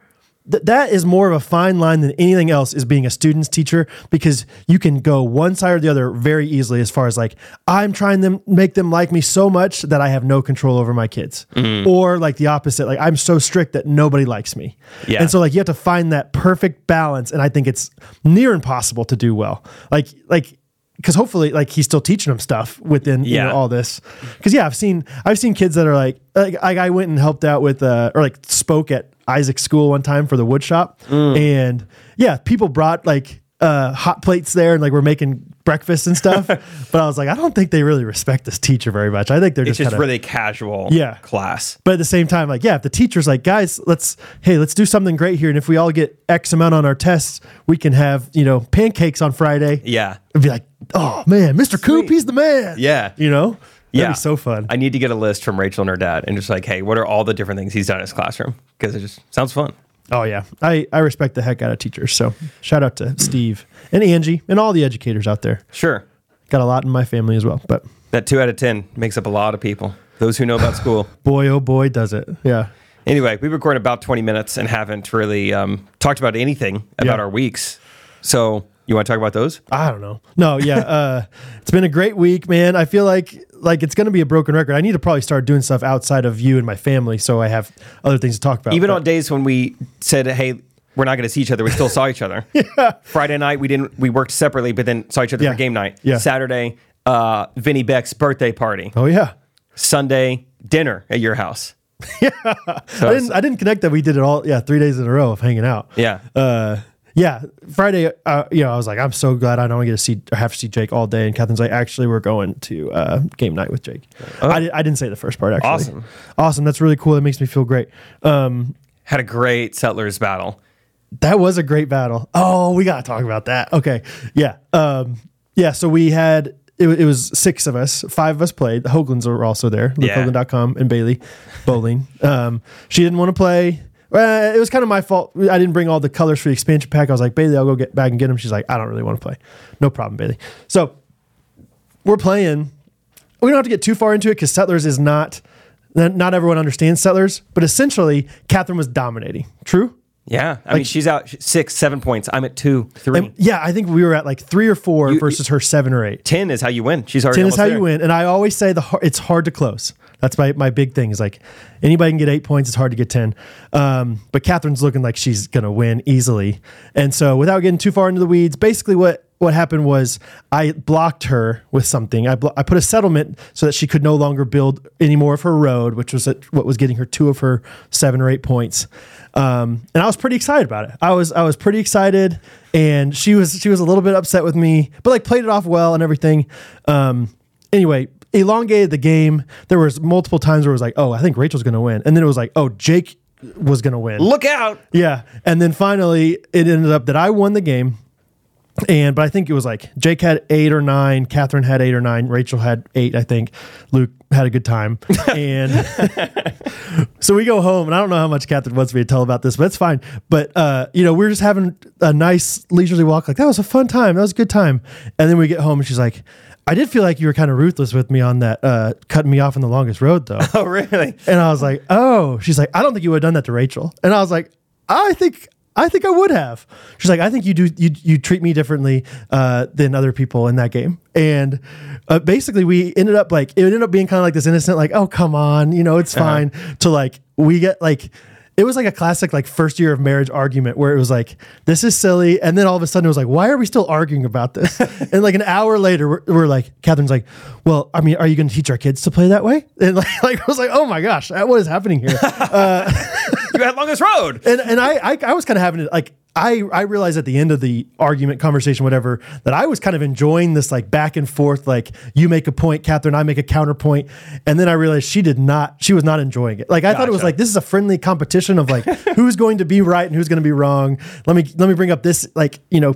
B: Th- that is more of a fine line than anything else is being a student's teacher because you can go one side or the other very easily as far as like I'm trying them make them like me so much that I have no control over my kids
A: Mm.
B: or like the opposite like I'm so strict that nobody likes me
A: Yeah.
B: and so like you have to find that perfect balance and I think it's near impossible to do well like like because hopefully like he's still teaching them stuff within you know,
A: Yeah.
B: all this because yeah i've seen i've seen kids that are like like I, I went and helped out with uh or like spoke at isaac's school one time for the wood shop
A: Mm.
B: and yeah people brought like uh hot plates there and like we're making breakfast and
A: (laughs)
B: stuff but i was like i don't think they really respect this teacher very much i think they're
A: It's
B: just,
A: just
B: kinda,
A: really casual
B: Yeah.
A: class.
B: but at the same time like yeah if the teacher's like guys let's hey let's do something great here and if we all get x amount on our tests we can have you know pancakes on friday
A: Yeah.
B: and be like, oh man, Mr. Coop, he's the man.
A: Yeah.
B: You know? That'd
A: Yeah.
B: be so fun.
A: I need to get a list from Rachel and her dad and just like, hey, what are all the different things he's done in his classroom? Because it just sounds fun.
B: oh yeah. I, I respect the heck out of teachers. So shout out to Steve and Angie and all the educators out there.
A: Sure.
B: Got a lot in my family as well. But
A: That two out of 10 makes up a lot of people, those who know about school.
B: boy, oh boy, does it. Yeah.
A: Anyway, we've recorded about 20 minutes and haven't really um, talked about anything about
B: Yeah.
A: our weeks. So, you want to talk about those?
B: I don't know. No, yeah. Uh, it's been a great week, man. I feel like like it's gonna be a broken record. I need to probably start doing stuff outside of you and my family so I have other things to talk about.
A: Even
B: But-
A: on days when we said, hey, we're not going to see each other, we still saw each
B: (laughs)
A: other. Friday night, we didn't, we worked separately, but then saw each other
B: Yeah.
A: for game night.
B: Yeah.
A: Saturday, uh, Vinny Beck's birthday party.
B: Oh yeah.
A: Sunday, dinner at your house.
B: I didn't I didn't connect that we did it all yeah, three days in a row of hanging out.
A: Yeah.
B: uh, yeah, Friday, uh, you know, I was like, I'm so glad I don't get to see or have to see Jake all day. And Catherine's like, actually, we're going to uh, game night with Jake. I, di- I didn't say the first part, actually.
A: Awesome.
B: Awesome. That's really cool. That makes me feel great. Um,
A: Had a great settlers battle.
B: that was a great battle. Oh, we got to talk about that. Okay. Yeah. Um, yeah. So we had, it, wa- it was six of us, five of us played. The Hoaglands were also there,
A: Yeah.
B: lukehoagland.com and Bailey Bowling. um, she didn't want to play. Well, it was kind of my fault. I didn't bring all the colors for the expansion pack. I was like, Bailey, I'll go get back and get them. She's like, I don't really want to play. No problem, Bailey. So we're playing. We don't have to get too far into it because Settlers is not, not everyone understands Settlers, but essentially, Catherine was dominating. True?
A: Yeah. I mean, she's out six, seven points. I'm at two, three.
B: And yeah, I think we were at like three or four
A: You-
B: versus her seven or eight.
A: 10 is how you win. She's already
B: Ten is how
A: almost
B: you
A: there.
B: win, and I always say the har- it's hard to close. That's my my big thing is like anybody can get eight points. It's hard to get ten. Um, but Catherine's looking like she's gonna win easily, and so without getting too far into the weeds, basically what what happened was I blocked her with something. I blo- I put a settlement so that she could no longer build any more of her road, which was at- what was getting her two of her seven or eight points. Um, and I was pretty excited about it. I was I was pretty excited, and she was she was a little bit upset with me, but like played it off well and everything. Um, anyway, elongated the game. There was multiple times where it was like, oh, I think Rachel's gonna win, and then it was like, oh, Jake was gonna win.
A: Look out. (laughs)
B: Yeah, and then finally it ended up that I won the game. And but I think it was like Jake had eight or nine, Catherine had eight or nine, Rachel had eight, I think. Luke had a good time, and (laughs) so we go home, and I don't know how much Catherine wants me to tell about this, but it's fine. But uh, you know, we're just having a nice leisurely walk. Like that was a fun time. That was a good time. And then we get home, and she's like, "I did feel like you were kind of ruthless with me on that uh, cutting me off on the longest road, though."
A: Oh, really?
B: And I was like, oh, she's like, I don't think you would have done that to Rachel. And I was like, I think I think I would have. She's like, I think you do. You you treat me differently uh, than other people in that game. And uh, basically, we ended up like it ended up being kind of like this innocent, like, oh come on, you know, it's fine. To like we get like. It was like a classic like first year of marriage argument where it was like this is silly, and then all of a sudden it was like why are we still arguing about this? and like an hour later, we're, we're like Catherine's like, well, I mean, are you going to teach our kids to play that way? And like, (laughs) like I was like, oh my gosh, what is happening here?
A: You had longest road.
B: and and I I, I was kind of having it like I I realized at the end of the argument conversation whatever that I was kind of enjoying this like back and forth like you make a point Catherine I make a counterpoint and then I realized she did not she was not enjoying it like I thought it was
A: Gotcha.
B: like this is a friendly competition of like who's going to be right and who's going to be wrong let me let me bring up this like you know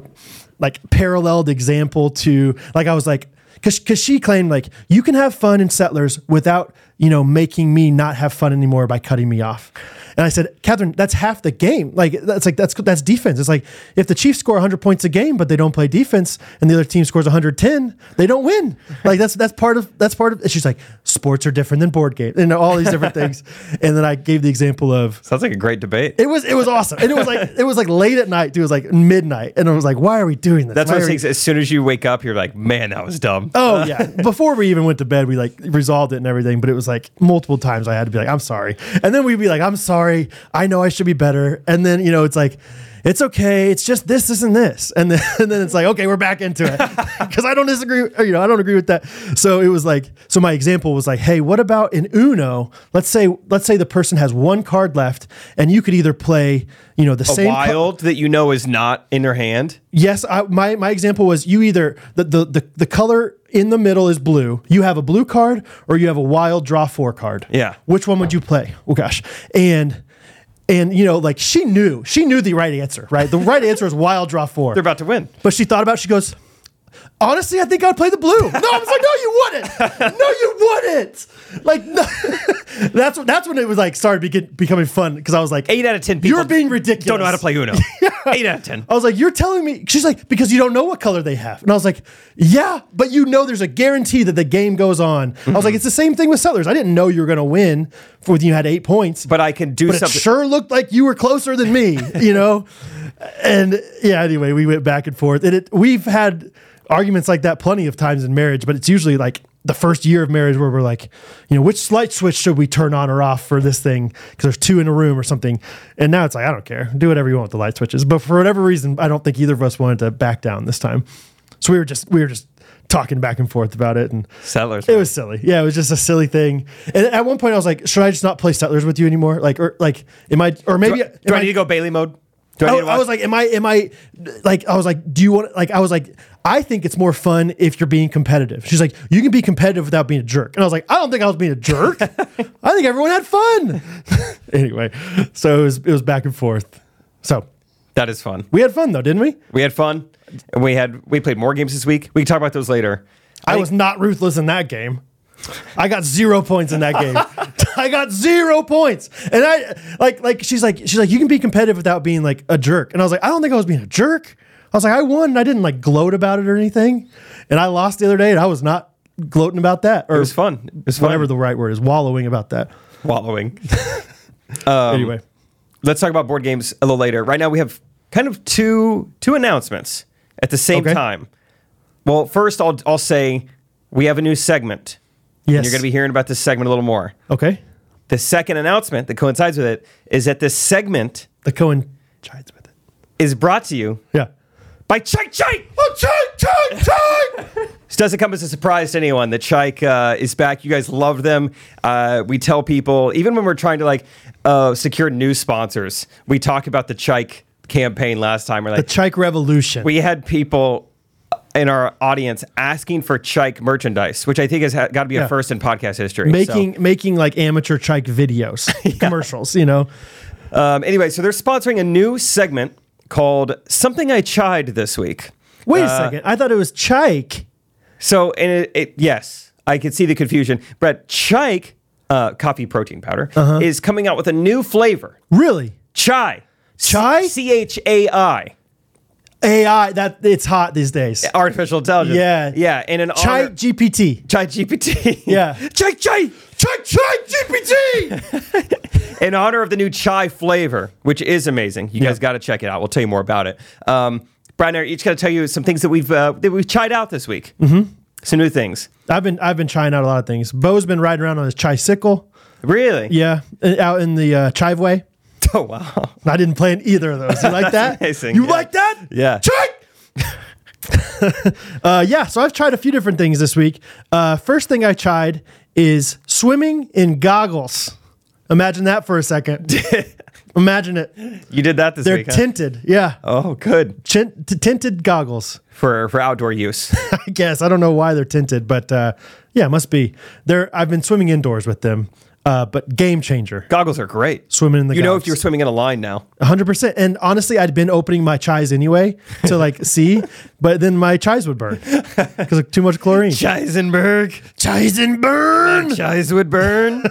B: like paralleled example to like I was like. Because she claimed like you can have fun in settlers without you know making me not have fun anymore by cutting me off and i said catherine that's half the game like that's like that's that's defense it's like if the chiefs score 100 points a game but they don't play defense and the other team scores 110 they
A: (laughs)
B: don't win like that's that's part of that's part of and she's like sports are different than board games and all these
A: (laughs)
B: different things and then i gave the example of
A: Sounds like a great debate.
B: it was it was awesome and it was like it was like late at night dude it was like midnight and i was like why are we doing this
A: That's
B: Why
A: what
B: are
A: I'm
B: we-
A: saying. As soon as you wake up, you're like, man, that was dumb.
B: (laughs) Oh yeah. Before we even went to bed, we like resolved it and everything, but it was like multiple times I had to be like, I'm sorry. And then we'd be like, I'm sorry. I know I should be better. And then, you know, it's like, it's okay. It's just this, this, and this. And then, (laughs) and then it's like, okay, we're back into (laughs) it. Cause I don't disagree. or, you know, I don't agree with that. So it was like, so my example was like, hey, what about in Uno? Let's say, let's say the person has one card left and you could either play, you know, the same ca-
A: Wild that you know is not in your hand.
B: Yes, I, my my example was you either the, the the the color in the middle is blue. You have a blue card or you have a wild draw four card.
A: Yeah.
B: Which one would you play? Oh gosh. And and you know like she knew she knew the right answer right the right answer is wild draw four
A: They're about to win.
B: but she thought about it, she goes honestly i think i'd play the blue no i was like no you wouldn't no you wouldn't like (laughs) no. that's that's when it was like started begin, becoming fun because i was like
A: Eight out of ten people.
B: You're being ridiculous. Oh.
A: Don't know how to play
B: (laughs)
A: Uno. (laughs) Eight out of ten.
B: I was like, you're telling me. She's like, because you don't know what color they have. And I was like, yeah, but you know there's a guarantee that the game goes on. I was like, it's the same thing with Sellers. I didn't know you were going to win for when you had eight points, but,
A: But I can do
B: it
A: something.
B: sure looked like you were closer than me,
A: (laughs)
B: you know? And yeah, anyway, we went back and forth. And it, we've had arguments like that plenty of times in marriage, but it's usually like the first year of marriage where we're like, you know, which light switch should we turn on or off for this thing? Because there's two in a room or something. And now it's like, I don't care. Do whatever you want with the light switches. But for whatever reason, I don't think either of us wanted to back down this time. So we were just, we were just talking back and forth about it. And
A: Settlers.
B: it was silly. Yeah, it was just a silly thing. And at one point, I was like, "Should I just not play Settlers with you anymore? Like, or like, am I? Or maybe
A: do I, need to go Bailey mode? Do I,
B: I,
A: need to watch?
B: I was like, "Am I? Am I? Like, I was like, do you want? Like, I was like, I think it's more fun if you're being competitive. She's like, you can be competitive without being a jerk. And I was like, I don't think I was being
A: (laughs)
B: a jerk. I think everyone had fun. (laughs) anyway, so it was it was back and forth. So
A: that is fun.
B: we had fun though, didn't we?
A: We had fun. And we had we played more games this week. We can talk about those later.
B: I, was not ruthless in that game. I got zero points in that
A: (laughs)
B: game. I got zero points, and I like like she's like she's like you can be competitive without being like a jerk, and I was like I don't think I was being a jerk. I was like I won, and I didn't like gloat about it or anything, and I lost the other day, and I was not gloating about that or
A: It was fun. It was fun.
B: whatever the right word is, wallowing about that.
A: wallowing. Um,
B: anyway,
A: Let's talk about board games a little later. Right now we have kind of two two announcements at the same
B: Okay.
A: time. Well, first I'll I'll say we have a new segment.
B: yes,
A: And you're going to be hearing about this segment a little more.
B: okay.
A: The second announcement that coincides with it is that this segment
B: The coincides with it.
A: is brought to you
B: Yeah.
A: by Chike Chike. Oh, Chike Chike Chike. (laughs) this doesn't come as a surprise to anyone that Chike uh, is back. You guys love them. Uh, we tell people, even when we're trying to like uh, secure new sponsors, we talk about the Chike campaign last time. We're
B: The
A: like,
B: Chike Revolution.
A: we had people in our audience asking for Chike merchandise, which I think has ha- got to be
B: Yeah.
A: a first in podcast history. So-
B: making making like amateur
A: (laughs)
B: Chike videos, commercials. You know,
A: Um, anyway, so they're sponsoring a new segment called Something I Chide This Week.
B: Wait
A: Uh,
B: a second. I thought it was Chike.
A: So, and it, it yes, I could see the confusion. Brett Chike, uh, coffee protein powder,
B: Uh-huh.
A: is coming out with a new flavor
B: Really?
A: chai.
B: Chai?
A: C H A I.
B: AI that it's hot these days.
A: Artificial intelligence.
B: Yeah.
A: Yeah. And an
B: Chai
A: honor-
B: GPT.
A: (laughs) Chai GPT.
B: Yeah.
A: Chai Chai. Chai Chai GPT.
B: (laughs)
A: in honor of the new chai flavor, which is amazing. You guys got to check it out. We'll tell you more about it. Um, Brian and I are each going to tell you some things that we've uh, that we've tried out this week. Mm-hmm. Some new things.
B: I've been I've been trying out a lot of things. Bo's been riding around on his tricycle.
A: Really?
B: Yeah, uh, out in the uh, Chiveway.
A: (laughs) Oh wow. (laughs)
B: I didn't plan either of those. You like that?
A: amazing,
B: You
A: yeah.
B: like that?
A: Yeah.
B: Check. (laughs) uh, yeah. So I've tried a few different things this week. Uh, first thing I tried is swimming in goggles. Imagine that for
A: (laughs)
B: a second. Imagine it.
A: You did that this
B: They're
A: week. huh?
B: tinted. Yeah.
A: oh, good
B: Chin- t- tinted goggles.
A: for for outdoor use. (laughs)
B: I guess I don't know why they're tinted, but uh, yeah, it must be. They're I've been swimming indoors with them, uh, but game changer
A: Goggles are great.
B: swimming in the
A: You know if
B: goggles.
A: you're swimming in a line
B: (laughs)
A: now.
B: 100%. And honestly, I'd been opening my chais anyway
A: (laughs)
B: to like see, but then my chais would burn because of too much chlorine.
A: Chaisenberg.
B: Chais and
A: (laughs)
B: burn.
A: Chais would
B: (laughs)
A: burn.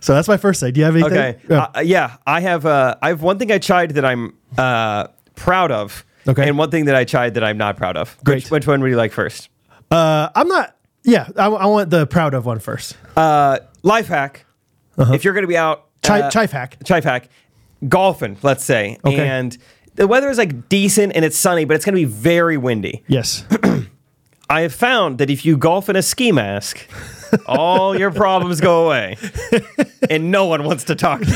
B: So that's my first thing. Do you have anything?
A: Okay.
B: Uh,
A: Uh, yeah, I have. Uh, I have one thing I tried that I'm uh, proud of.
B: Okay.
A: And one thing that I tried that I'm not proud of.
B: Great.
A: Which, which one would you like first?
B: uh, I'm not. Yeah, I, I want the proud of one first.
A: Uh, life hack. If you're going to be out,
B: Uh-huh. Chi,
A: uh,
B: chive hack.
A: chive hack, golfing. Let's say,
B: Okay.
A: and the weather is like decent and it's sunny, but it's going to be very windy.
B: Yes. (clears throat)
A: I have found that if you golf in a ski mask, all your problems go away, and no one wants to talk to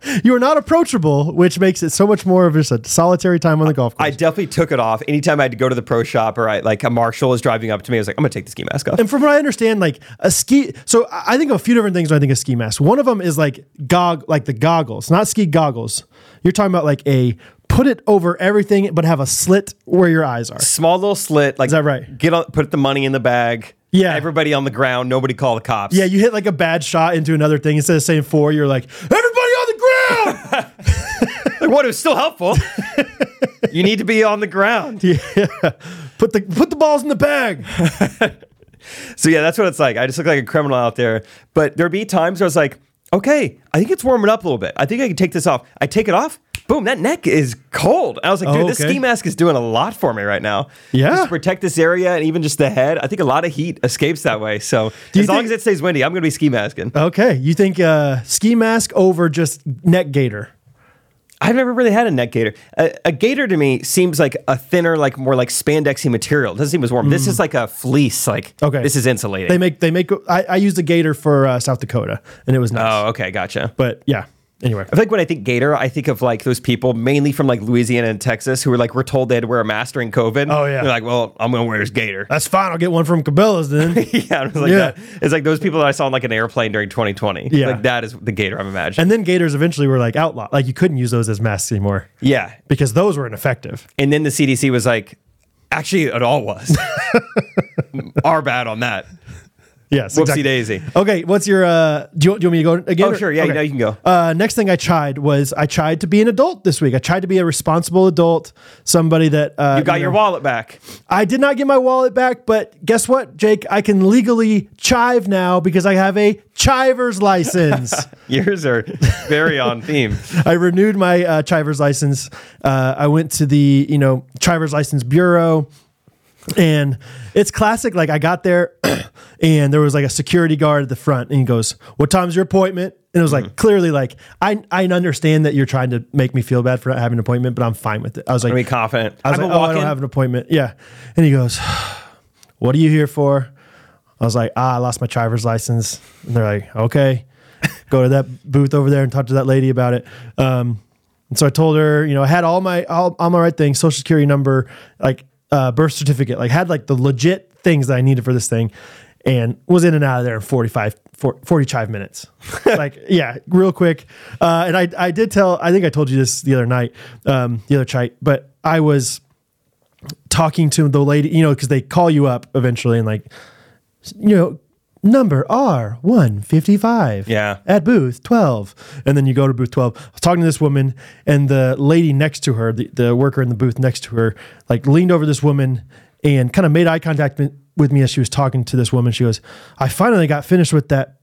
A: you.
B: you are not approachable, which makes it so much more of just a solitary time on the golf
A: (laughs)
B: course.
A: I definitely took it off. Anytime I had to go to the pro shop or I like a marshal is driving up to me, I was like, I'm gonna take the ski mask off.
B: And from what I understand, like a ski, so I I think of a few different things when I think of ski masks. One of them is like gog, like the goggles, not ski goggles. You're talking about like a put it over everything, but have a slit where your eyes are.
A: Small little slit, like
B: that right?
A: Get on, put the money in the bag.
B: Yeah.
A: everybody on the ground. Nobody call the cops.
B: (laughs) Yeah, you hit like a bad shot into another thing. Instead of saying four, you're like everybody on the ground.
A: like, what? It was still helpful. you need to be on the ground.
B: (laughs) yeah, put the put the balls in the bag.
A: So yeah, that's what it's like. I just look like a criminal out there. But there'd be times where I was like, okay, I think it's warming up a little bit. I think I can take this off. I take it off. Boom, that neck is cold. I was like,
B: Oh,
A: dude, this
B: okay.
A: ski mask is doing a lot for me right now.
B: Yeah.
A: Just protect this area and even just the head. I think a lot of heat escapes that way. So
B: you
A: as long
B: think-
A: as it stays windy, I'm going to be ski masking.
B: (laughs) Okay, you think uh, ski mask over just neck gaiter?
A: I've never really had a neck gaiter. A, a gaiter to me seems like a thinner, like more like spandexy material. It doesn't seem as warm. This is like a fleece. Like,
B: Okay.
A: this is insulating.
B: They make they make. I, I used a gaiter for uh, South Dakota, and it was nice.
A: oh, okay. Gotcha.
B: But yeah. Anyway,
A: I feel like when I think Gator, I think of like those people mainly from like Louisiana and Texas who were like, we're told they had to wear a mask during COVID.
B: Oh, yeah.
A: They're like, well, I'm going to wear this Gator. (laughs)
B: That's fine. I'll get one from Cabela's then.
A: yeah. It was like
B: Yeah.
A: that. It's like those people that I saw on like an airplane during 2020.
B: Yeah.
A: Like that is the Gator I'm imagining.
B: and then Gators eventually were like outlawed. Like you couldn't use those as masks anymore
A: yeah.
B: because those were ineffective.
A: And then the CDC was like, actually, it all
B: (laughs)
A: was. Our bad on that.
B: Yes.
A: Whoopsie
B: exactly.
A: daisy.
B: Okay. What's your, uh, do you, do you want me to go again?
A: Oh,
B: or-
A: sure. Yeah,
B: okay.
A: no, you can go.
B: Uh, next thing I tried was I tried to be an adult this week. I tried to be a responsible adult, somebody that, uh,
A: You got
B: know-
A: your wallet back.
B: I did not get my wallet back, but guess what, Jake? I can legally chive now because I have a
A: (laughs)
B: chiver's license.
A: Yours are very on
B: (laughs)
A: theme.
B: I renewed my uh, driver's license. Uh, I went to the you know driver's license bureau, and it's classic. Like I got there, (clears throat) and there was like a security guard at the front, and he goes, "What time's your appointment?" And it was like
A: Mm-hmm.
B: clearly like I I understand that you're trying to make me feel bad for not having an appointment, but I'm fine with it. I was like,
A: Be confident.
B: I was
A: I'm
B: like,
A: a
B: oh, I
A: walk-in.
B: don't have an appointment. Yeah. And he goes, what are you here for? I was like, ah, I lost my driver's license. And they're like, okay, go to that booth over there and talk to that lady about it. Um, and so I told her, you know, I had all my, all, all my right things, social security number, like uh, birth certificate, like had like the legit things that I needed for this thing and was in and out of there in 45, 40, 45 minutes. like, yeah, real quick. Uh, and I, I did tell, I think I told you this the other night, um, the other chite, but I was, talking to the lady, you know, because they call you up eventually and like, you know, number R one fifty five.
A: Yeah.
B: At booth twelve, and then you go to booth twelve. I was talking to this woman, and the lady next to her, the, the worker in the booth next to her, like leaned over this woman and kind of made eye contact mi- with me as she was talking to this woman. She goes, "I finally got finished with that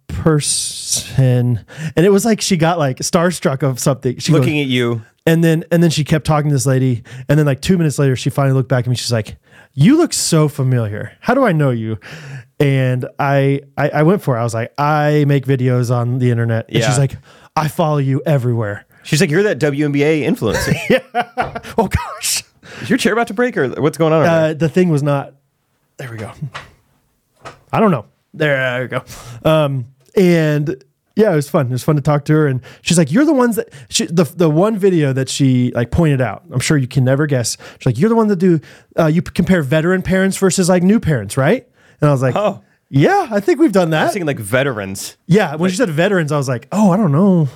B: person," and it was like she got like starstruck of something. She goes,
A: Looking at you.
B: and then and then she kept talking to this lady. And then like two minutes later, she finally looked back at me. She's like, You look so familiar. How do I know you? And I, I I went for it. I was like, I make videos on the internet. And
A: Yeah.
B: she's like, I follow you everywhere. (laughs)
A: She's like, you're that WNBA influencer.
B: Oh gosh.
A: Is your chair about to break, or what's going on? over there?
B: Uh, the thing was not. There we go. I don't know. There we go. Um, and yeah, it was fun. It was fun to talk to her. And she's like, "You're the ones that she, the the one video that she like pointed out. I'm sure you can never guess. She's like, "You're the one that do uh, you compare veteran parents versus like new parents, right?" And I was like,
A: Oh.
B: yeah, I think we've done
A: I
B: that."
A: was thinking like veterans.
B: yeah, when she said veterans, I was like, "Oh, I don't know.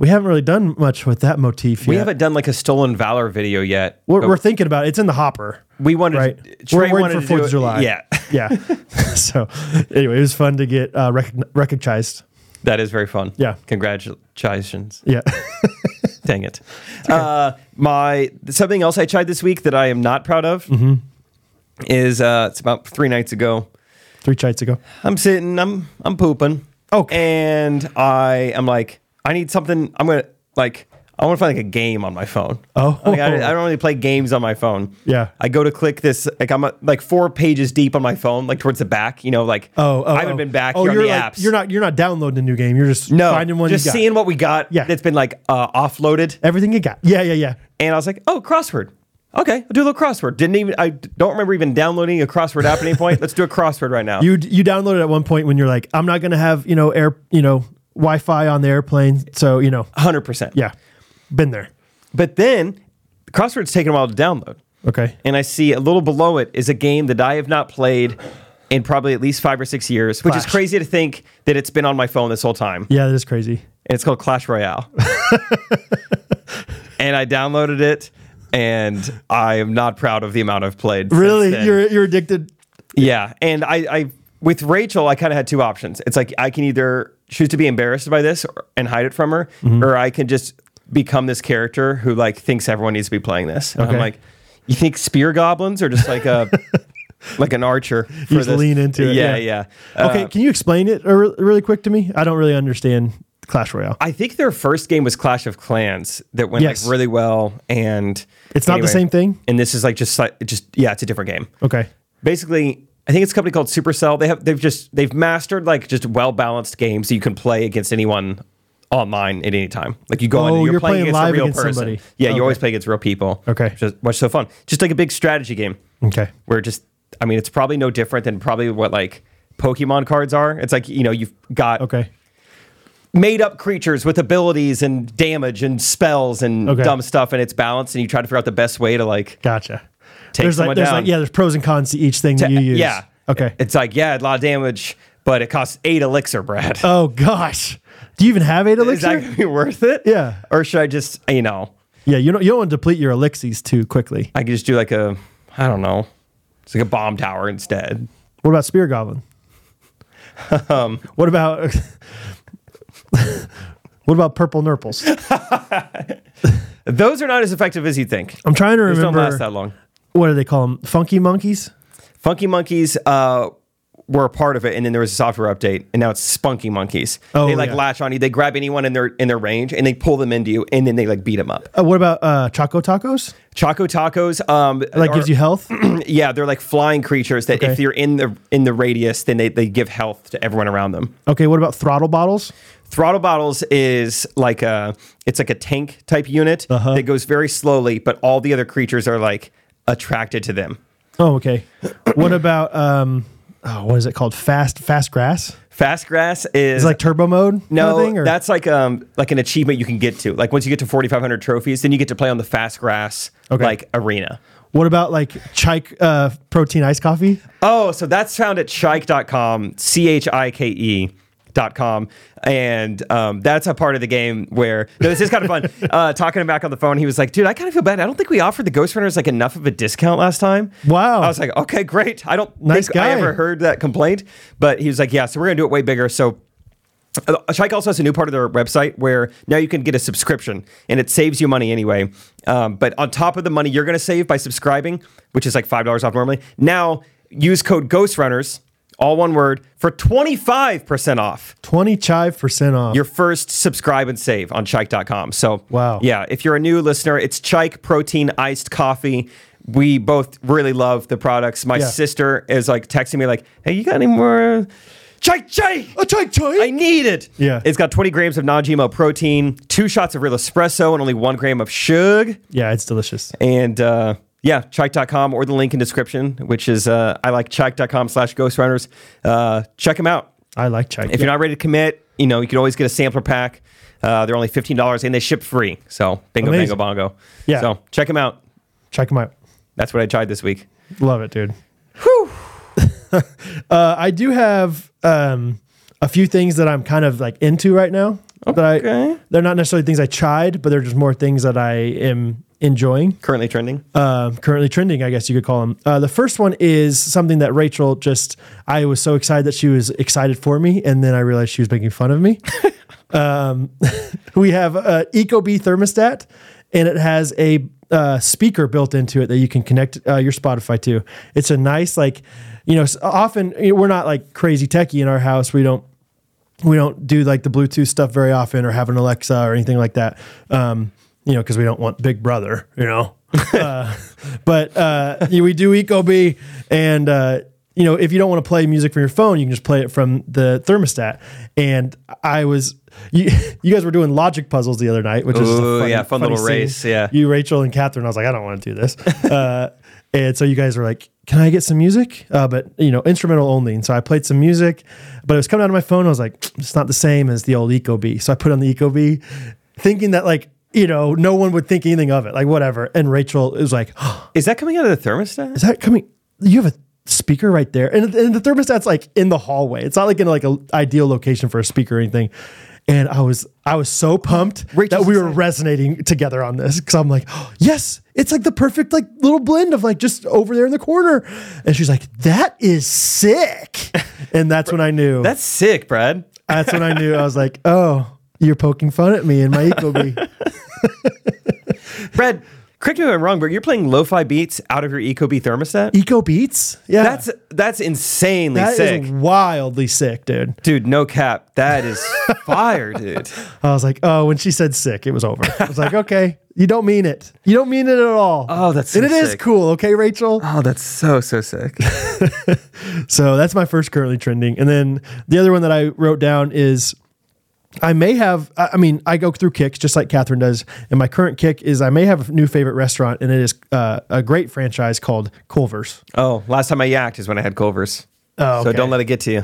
B: We haven't really done much with that motif yet.
A: We haven't done like a stolen valor video yet.
B: We're,
A: but
B: we're thinking about it. It's in the hopper."
A: we wanted
B: right?
A: Trey
B: We're
A: wanted
B: waiting for
A: to
B: Fourth
A: do
B: of
A: it-
B: July.
A: Yeah, (laughs)
B: (laughs) yeah. so anyway, it was fun to get uh, rec- recognized.
A: that is very fun.
B: Yeah.
A: congratulations.
B: Yeah, (laughs)
A: Dang it. Uh, my something else I tried this week that I am not proud of
B: Mm-hmm.
A: is uh, it's about three nights ago.
B: three chites ago.
A: I'm sitting, I'm I'm pooping.
B: Okay.
A: And I am like, I need something. I'm gonna like, I want to find like a game on my phone.
B: Oh.
A: Like, I, I don't really play games on my phone.
B: Yeah.
A: I go to click this, like I'm uh, like four pages deep on my phone, like towards the back. You know, like
B: Oh, oh
A: I haven't
B: oh.
A: been back
B: Oh,
A: here on
B: you're
A: the
B: like-
A: apps.
B: You're not. You're not downloading a new game. You're just
A: no,
B: finding one.
A: just
B: you got.
A: seeing what we got.
B: Yeah.
A: that's been like uh, offloaded.
B: everything you got. Yeah, yeah, yeah.
A: And I was like, oh, crossword. Okay, I'll do a little crossword. Didn't even I don't remember even downloading a crossword app at any
B: (laughs)
A: point. Let's do a crossword right now.
B: You you downloaded at one point when you're like, I'm not gonna have you know air you know Wi-Fi on the airplane. So you know,
A: hundred percent.
B: yeah, been there.
A: But then crossword's taken a while to download.
B: Okay.
A: And I see a little below it is a game that I have not played in probably at least five or six years, which is
B: Clash.
A: crazy to think that it's been on my phone this whole time.
B: Yeah, that is crazy.
A: And it's called Clash
B: (laughs)
A: Royale. and I downloaded it and I am not proud of the amount I've played. since
B: Really,
A: then.
B: you're you're addicted.
A: Yeah, and I, I with Rachel, I kind of had two options. It's like I can either choose to be embarrassed by this or, and hide it from her,
B: Mm-hmm.
A: or I can just become this character who like thinks everyone needs to be playing this. And I'm
B: Okay.
A: like, you think spear goblins are just like
B: (laughs)
A: a like an archer? For
B: just lean into it,
A: Yeah,
B: yeah.
A: yeah.
B: Okay,
A: Uh,
B: can you explain it uh, re- really quick to me? I don't really understand Clash Royale.
A: I think their first game was Clash of Clans that went
B: Yes.
A: like really well, and
B: It's not the same thing?
A: And this is like just like- just yeah, it's a different game.
B: Okay.
A: basically I think it's a company called Supercell. They have they've just they've mastered like just well balanced games that you can play against anyone online at any time. Like you go
B: Oh,
A: in, and you're,
B: you're
A: playing,
B: playing
A: against
B: live
A: a real
B: against
A: person.
B: somebody.
A: Yeah,
B: Okay.
A: you always play against real people.
B: Okay.
A: which is, which is so fun. Just like a big strategy game
B: Okay.
A: where just I mean it's probably no different than probably what like Pokemon cards are. It's like you know you've got
B: Okay.
A: made up creatures with abilities and damage and spells and
B: Okay.
A: dumb stuff, and it's balanced, and you try to figure out the best way to like
B: Gotcha.
A: Take
B: there's like,
A: someone
B: there's
A: down.
B: like, yeah, there's pros and cons to each thing that you use.
A: Yeah.
B: Okay.
A: It's like, yeah, a lot of damage, but it costs eight elixir, Brad.
B: oh gosh, do you even have
A: (laughs)
B: eight
A: Is that
B: elixir?
A: going to be worth it?
B: Yeah.
A: Or should I just, you know,
B: yeah, you don't you don't want to deplete your elixirs too quickly.
A: I could just do like a, I don't know, it's like a bomb tower instead.
B: What about
A: (laughs)
B: spear goblin? Um, what about (laughs) what about purple nurples?
A: Those are not as effective as you think.
B: I'm trying to
A: Those don't
B: remember
A: last that long.
B: what do they call them? Funky monkeys.
A: Funky Monkeys uh, were a part of it, and then there was a software update, and now it's Spunky Monkeys.
B: Oh,
A: they like
B: yeah.
A: latch on you, they grab anyone in their in their range, and they pull them into you, and then they like beat them up.
B: Uh, what about uh, choco tacos?
A: Choco Tacos, um,
B: Like
A: are-
B: gives
A: (clears throat)
B: you health.
A: yeah, they're like flying creatures that if
B: Okay.
A: you're in the in the radius, then they, they give health to everyone around them.
B: Okay, what about throttle bottles?
A: Throttle bottles is like a it's like a tank type unit
B: Uh-huh.
A: that goes very slowly, but all the other creatures are like attracted to them.
B: Oh, okay. what about um, oh, what is it called? Fast fast grass.
A: Fast grass is
B: Is it like turbo mode? kind
A: no,
B: of thing, or-
A: that's like um like an achievement you can get to. Like once you get to 4,500 trophies, then you get to play on the fast grass
B: Okay.
A: like arena.
B: What about like chike uh, protein iced coffee?
A: Oh, so that's found at shike.com, C H I K E. Dot com and um, that's a part of the game where no, this is kind of fun.
B: (laughs)
A: Uh, talking to Mac on the phone, he was like, "Dude, I kind of feel bad. I don't think we offered the Ghost Runners like enough of a discount last time."
B: Wow.
A: I was like, "Okay, great. I don't
B: Nice
A: think
B: guy.
A: I ever heard that complaint." But he was like, "Yeah, so we're gonna do it way bigger." So uh, Shike also has a new part of their website where now you can get a subscription and it saves you money anyway. Um, but on top of the money you're going to save by subscribing, which is like $5 off normally, now use code GHOSTRUNNERS, all one word, for 25% off
B: Twenty chive percent off.
A: your first subscribe and save on Chike.com. So,
B: Wow.
A: Yeah, if you're a new listener, it's Chike Protein Iced Coffee. we both really love the products. My
B: Yeah.
A: sister is like texting me like, "Hey, you got any more?" Chai chai.
B: A chai chai.
A: I need it.
B: Yeah.
A: It's got 20 grams of non-GMO protein, two shots of real espresso, and only one gram of sugar.
B: yeah, it's delicious.
A: And uh, yeah, chike.com or the link in description, which is uh, I like chike.com slash ghostrunners. Uh, check them out.
B: I like chai.
A: If you're not ready to commit, you know, you can always get a sampler pack. Uh, they're only $15 and they ship free. So bingo,
B: Amazing.
A: bango, bongo.
B: Yeah.
A: So check them out.
B: Check them out.
A: That's what I tried this week.
B: Love it, dude. (laughs) uh, I do have um, a few things that I'm kind of like into right now. That I,
A: Okay.
B: they're not necessarily things I tried, but they're just more things that I am enjoying.
A: Currently trending.
B: uh, currently trending, I guess you could call them. Uh, the first one is something that Rachel just, I was so excited that she was excited for me, and then I realized she was making fun of me. um, (laughs) we have a Ecobee thermostat, and it has a uh, speaker built into it that you can connect uh, your Spotify to. It's a nice, like, you know, s- often you know, we're not like crazy techie in our house. We don't we don't do like the Bluetooth stuff very often or have an Alexa or anything like that. Um, you know, because we don't want Big Brother, you know. uh, but uh, you- we do Ecobee, and uh, you know, if you don't want to play music from your phone, you can just play it from the thermostat. And I was, you, (laughs) you guys were doing logic puzzles the other night, which is just a
A: Ooh, yeah, fun little
B: scene.
A: race, yeah.
B: you, Rachel, and Catherine. I was like, I don't want to do this. (laughs) Uh, and so you guys were like, Can I get some music? Uh, but you know, instrumental only. And so I played some music, but it was coming out of my phone. I was like, It's not the same as the old Eco B. So I put on the Eco B, thinking that like. You know, no one would think anything of it, like whatever. And Rachel is like,
A: Is that coming out of the thermostat?
B: is that coming? You have a speaker right there, and, and the thermostat's like in the hallway. It's not like in like a ideal location for a speaker or anything. And I was I was so pumped
A: Rachel's
B: that we were resonating together on this because I'm like, (gasps) "Oh, yes, it's like the perfect like little blend of like just over there in the corner. And she's like, that
A: (laughs)
B: is sick. And that's when I knew.
A: That's sick, Brad.
B: That's when I knew. I
A: (laughs)
B: was like, oh, you're poking fun at me in my ecobee.
A: Brad, correct me if I'm wrong, but you're playing lo-fi beats out of your Ecobee thermostat?
B: Eco beats. Yeah,
A: That's that's insanely
B: That is
A: sick.
B: wildly sick, dude.
A: Dude, no cap. That
B: (laughs)
A: is fire, dude.
B: I was like, oh, when she said sick, it was over. I was like, okay, (laughs) you don't mean it. You don't mean it at all.
A: Oh, that's
B: and
A: so
B: it is
A: sick.
B: cool, okay, Rachel.
A: Oh, that's so so sick.
B: So that's my first currently trending, and then the other one that I wrote down is. I may have, I I mean, I go through kicks just like Catherine does. And my current kick is I may have a new favorite restaurant, and it is uh, a great franchise called Culver's.
A: Oh, last time I yacked is when I had Culver's.
B: Oh,
A: so
B: okay.
A: don't let it get to you.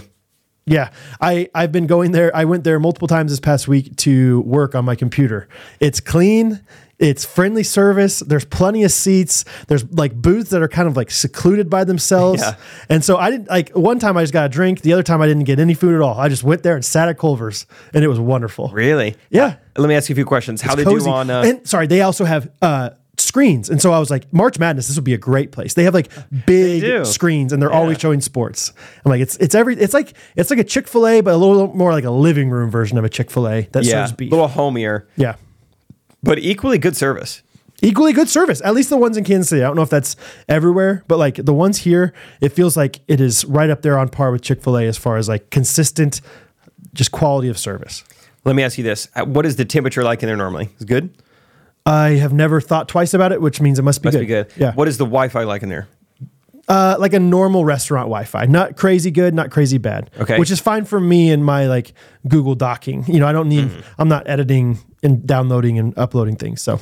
B: Yeah, I I've been going there. I went there multiple times this past week to work on my computer. It's clean. It's friendly service. There's plenty of seats. There's like booths that are kind of like secluded by themselves.
A: Yeah.
B: And so I didn't like one time I just got a drink. The other time I didn't get any food at all. I just went there and sat at Culver's, and it was wonderful.
A: Really? Uh,
B: Yeah.
A: Let me ask you a few questions. How they
B: Cozy.
A: do on? Uh,
B: and sorry, they also have uh, screens. And so I was like, March Madness, this would be a great place. They have like big
A: do.
B: screens, and they're always showing sports. I'm like, it's it's every it's like it's like a Chick Fil A, but a little more like a living room version of a Chick Fil A that
A: yeah,
B: serves
A: a
B: beef.
A: little homier,
B: yeah,
A: but equally good service.
B: equally good service. At least the ones in Kansas City. I don't know if that's everywhere, but like the ones here, it feels like it is right up there on par with Chick Fil A as far as like consistent, just quality of service.
A: Let me ask you this: Uh, What is the temperature like in there normally? Is it good?
B: I have never thought twice about it, which means it must be
A: Must
B: good.
A: be good.
B: Yeah.
A: What is the Wi-Fi like in there?
B: uh, like a normal restaurant Wi-Fi, not crazy good, not crazy bad.
A: Okay.
B: which is fine for me and my like Google docking. You know, I don't need. I'm not editing and downloading and uploading things, so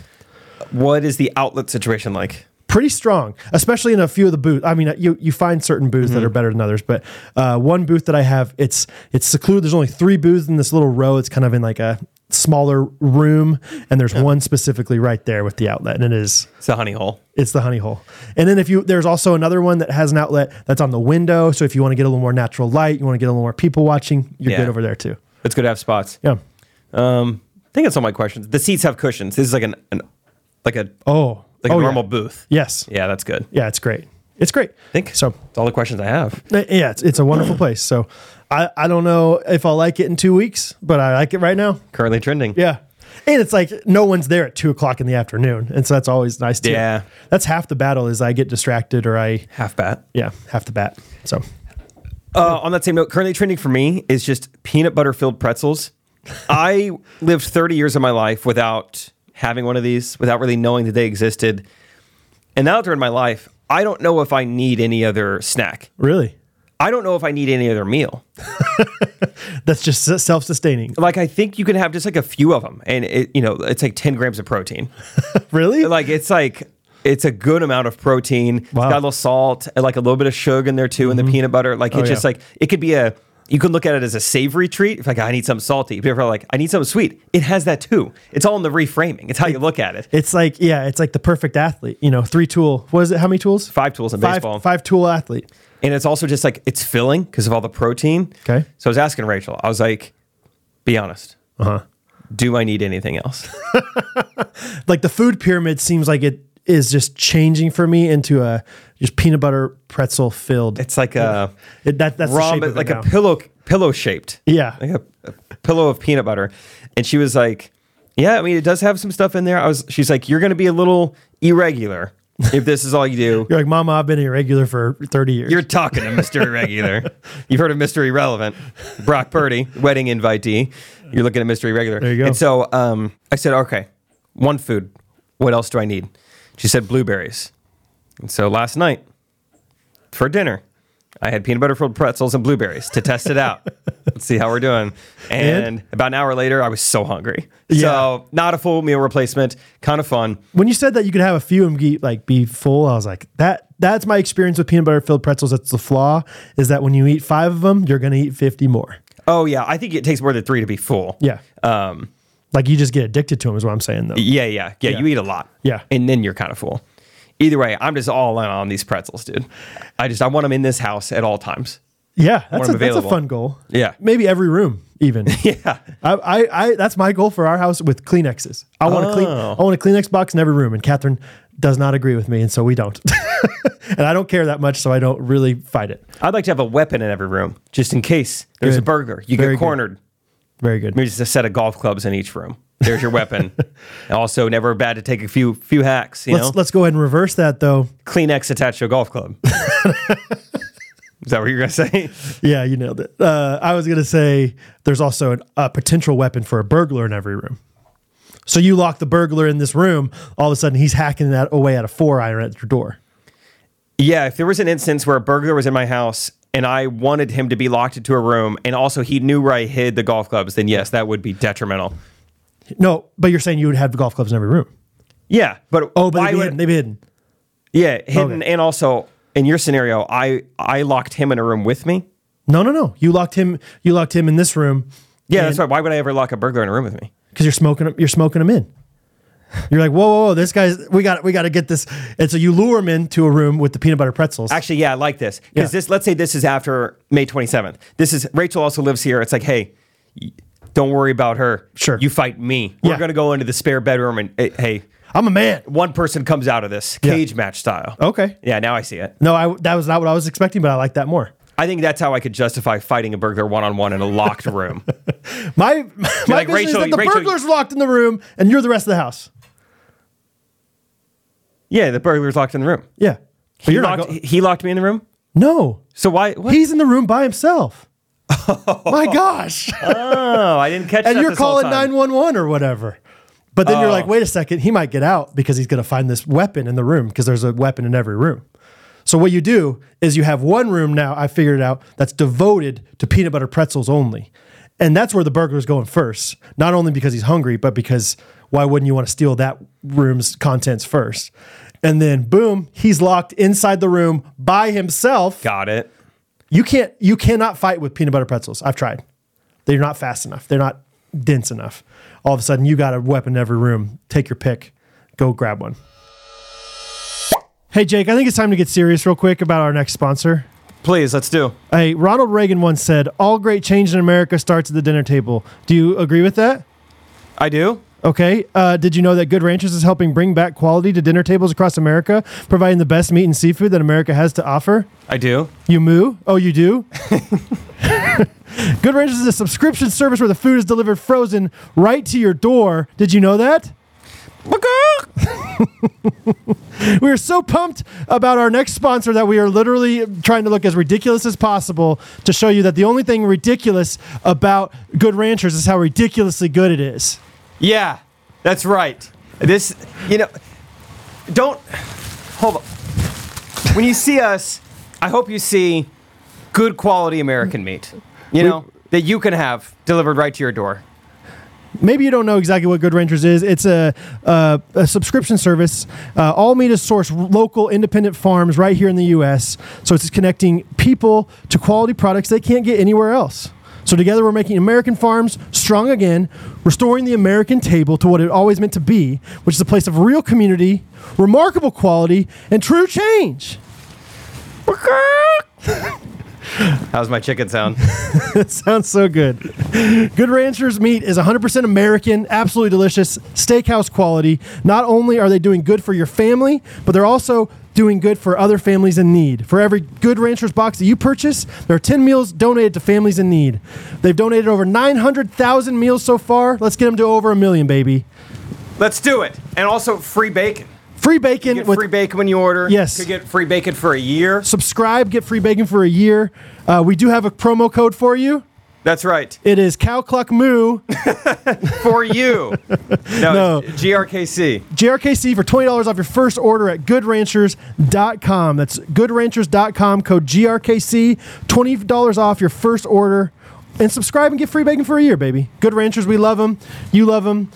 A: What is the outlet situation like?
B: pretty strong, especially in a few of the booths. I mean, you you find certain booths that are better than others, but uh, one booth that I have, it's it's secluded. There's only three booths in this little row. It's kind of in like a smaller room, and there's one specifically right there with the outlet, and it is
A: It's a honey hole.
B: it's the honey hole. And then if you there's also another one that has an outlet that's on the window. So if you want to get a little more natural light, you want to get a little more people watching, you're
A: Yeah.
B: good over there too.
A: It's good to have spots.
B: Yeah.
A: Um, I think that's all my questions. The seats have cushions. This is like an, an like a
B: Oh.
A: like
B: oh,
A: a
B: yeah.
A: normal booth.
B: Yes.
A: Yeah, that's good.
B: Yeah, it's great. It's great.
A: I think
B: so.
A: That's all the questions I have.
B: uh, Yeah, it's, it's a wonderful place. So I, I don't know if I'll like it in two weeks, but I like it right now.
A: Currently trending.
B: Yeah. And it's like no one's there at two o'clock in the afternoon. And so that's always nice too.
A: Yeah.
B: That's half the battle is I get distracted or I
A: Half bat.
B: yeah, half the bat. So
A: Uh, on that same note, currently trending for me is just peanut butter filled pretzels. I lived 30 years of my life without having one of these, without really knowing that they existed. And now during my life, I don't know if I need any other snack.
B: Really?
A: I don't know if I need any other meal.
B: That's just self sustaining.
A: Like I think you can have just like a few of them, and it, you know it's like ten grams of protein.
B: Really?
A: Like it's like it's a good amount of protein. It's
B: Wow. Mm-hmm.
A: got a little salt, and like a little bit of sugar in there too, and the peanut butter. Like it's just
B: Oh, yeah.
A: like it could be a. You can look at it as a savory treat. If like I need something salty, people are like I need something sweet. It has that too. It's all in the reframing. It's how you look at it.
B: it's like, yeah, it's like the perfect athlete. You know, three tool. What is it? How many tools?
A: Five tools in
B: Five,
A: baseball.
B: five tool athlete.
A: And it's also just like it's filling because of all the protein.
B: Okay.
A: So I was asking Rachel, I was like, be honest,
B: Uh huh.
A: do I need anything else? (laughs)
B: Like the food pyramid seems like it is just changing for me into a just peanut butter pretzel filled.
A: It's like uh, a
B: It, that, that's the
A: rhomb,
B: shape of it
A: like
B: now.
A: a pillow, pillow shaped.
B: Yeah.
A: Like a, a pillow of peanut butter. And she was like, yeah, I mean, it does have some stuff in there. I was, she's like, you're going to be a little irregular if this is all you do.
B: You're like, Mama, I've been irregular for 30 years.
A: You're talking to Mr.
B: (laughs)
A: Irregular. You've heard of Mr. Irrelevant, Brock Purdy, wedding invitee. You're looking at Mr. Irregular.
B: There you go.
A: And so um, I said, okay, one food. What else do I need? She said blueberries. And so last night for dinner, I had peanut butter filled pretzels and blueberries to test it out. Let's see how we're doing. And, about an hour later, I was so hungry.
B: Yeah.
A: So not a full meal replacement, kind of fun.
B: when you said that you could have a few and be like be full, I was like, that that's my experience with peanut butter filled pretzels. That's the flaw is that when you eat five of them, you're gonna eat fifty more.
A: Oh yeah, I think it takes more than three to be full.
B: Yeah,
A: Um,
B: like you just get addicted to them is what I'm saying though.
A: Yeah, yeah, yeah. You eat a lot.
B: Yeah.
A: And then you're kind of full. Either way, I'm just all in on these pretzels, dude. I just I want them in this house at all times.
B: Yeah, that's a,
A: them
B: that's a
A: available.
B: fun goal.
A: Yeah.
B: maybe every room even.
A: (laughs) Yeah.
B: I, I, I that's my goal for our house with Kleenexes. I want a clean
A: Oh.
B: I want a Kleenex box in every room, and Catherine does not agree with me, and so we don't. (laughs) and I don't care that much, so I don't really fight it.
A: I'd like to have a weapon in every room just in case there's a
B: Good.
A: burger. You
B: Very
A: get
B: good.
A: cornered.
B: Very good.
A: Maybe just a set of golf clubs in each room. There's your weapon.
B: (laughs)
A: And also, never bad to take a few few hacks. You
B: Let's
A: know,
B: let's go ahead and reverse that though.
A: Kleenex attached to a golf
B: (laughs)
A: club. Is that what you're gonna say?
B: Yeah, you nailed it. Uh, I was gonna say there's also an, a potential weapon for a burglar in every room. So you lock the burglar in this room, all of a sudden he's hacking that away at a four iron at your door.
A: Yeah, if there was an instance where a burglar was in my house and I wanted him to be locked into a room and also he knew where I hid the golf clubs, then yes, that would be detrimental.
B: No, but you're saying you would have golf clubs in every room.
A: Yeah, but
B: Oh, but
A: why
B: they'd be
A: would-
B: hidden. They'd be hidden.
A: yeah, hidden
B: Okay.
A: and also in your scenario, I I locked him in a room with me.
B: No, no, no. You locked him. You locked him in this room.
A: Yeah, that's right. Why would I ever lock a burglar in a room with me?
B: because you're smoking. You're smoking him in. You're like, whoa, whoa, whoa, this guy's. We got. We got to get this. And so you lure him into a room with the peanut butter pretzels.
A: Actually, yeah, I like this because
B: Yeah.
A: this. Let's say this is after May twenty seventh. This is Rachel also lives here. It's like, hey, y- don't worry about her.
B: Sure.
A: you fight me. We're
B: Yeah.
A: gonna go into the spare bedroom and eh, hey,
B: I'm a man.
A: one person comes out of this
B: Yeah.
A: cage match style.
B: Okay.
A: Yeah, now I see it.
B: No, I. That was not what I was expecting, but I like that more.
A: I think that's how I could justify fighting a burglar one on one in a locked
B: (laughs)
A: room.
B: My my
A: like,
B: vision is
A: Rachel,
B: that the
A: Rachel-
B: burglar's locked in the room and you're the rest of the house.
A: yeah, the burglar's locked in the room.
B: Yeah, but
A: He
B: you're not.
A: locked,
B: go-
A: he locked me in the room.
B: no,
A: So why? What?
B: he's in the room
A: (laughs)
B: by himself. my gosh!
A: oh, I didn't catch.
B: and
A: that
B: you're
A: this whole
B: calling
A: time.
B: nine one one or whatever. But then you're like,
A: Oh.
B: wait a second, he might get out because he's going to find this weapon in the room because there's a weapon in every room. So what you do is you have one room now. I figured it out that's devoted to peanut butter pretzels only, and that's where the burglar's going first. Not only because he's hungry, but because why wouldn't you want to steal that room's contents first? And then boom, he's locked inside the room by himself.
A: Got it.
B: You can't you cannot fight with peanut butter pretzels. I've tried. They're not fast enough. They're not dense enough. All of a sudden you got a weapon in every room. Take your pick. Go grab one. Hey Jake, I think it's time to get serious real quick about our next sponsor.
A: Please, let's do.
B: Hey, Ronald Reagan once said, "All great change in America starts at the dinner table." Do you agree with that?
A: I do.
B: Okay. Uh, did you know that Good Ranchers is helping bring back quality to dinner tables across America, providing the best meat and seafood that America has to offer?
A: I do.
B: You moo? Oh, you do? (laughs) Good Ranchers is a subscription service where the food is delivered frozen right to your door. Did you know that? We are so pumped about our next sponsor that we are literally trying to look as ridiculous as possible to show you that the only thing ridiculous about Good Ranchers is how ridiculously good it is.
A: Yeah, that's right. This, you know, don't hold on. When you see us, I hope you see good quality American meat. You know that you can have delivered right to your door.
B: Maybe you don't know exactly what Good Ranchers is. It's a, a, a subscription service. Uh, all meat is sourced r- local independent farms right here in the U.S. So it's connecting people to quality products they can't get anywhere else. So together we're making American farms strong again, restoring the American table to what it always meant to be, which is a place of real community, remarkable quality, and true change.
A: How's my chicken sound?
B: (laughs) Sounds so good. Good Ranchers meat is 100% American, absolutely delicious, steakhouse quality. Not only are they doing good for your family, but they're also doing good for other families in need. For every Good Ranchers box that you purchase, there are 10 meals donated to families in need. They've donated over 900,000 meals so far. Let's get them to over a million, baby.
A: Let's do it. And also free bacon.
B: Free bacon
A: Get
B: with
A: free bacon when you order.
B: Yes.
A: Could get free bacon for a year.
B: subscribe, get free bacon for a year. Uh, we do have a promo code for you.
A: That's right.
B: It is cow cluck moo
A: For
B: (laughs)
A: you. No,
B: No.
A: GRKC.
B: JRKC for $20 off your first order at goodranchers.com. That's goodranchers.com, code GRKC, $20 off your first order. And subscribe and get free bacon for a year, baby. Good Ranchers, we love them. You love them.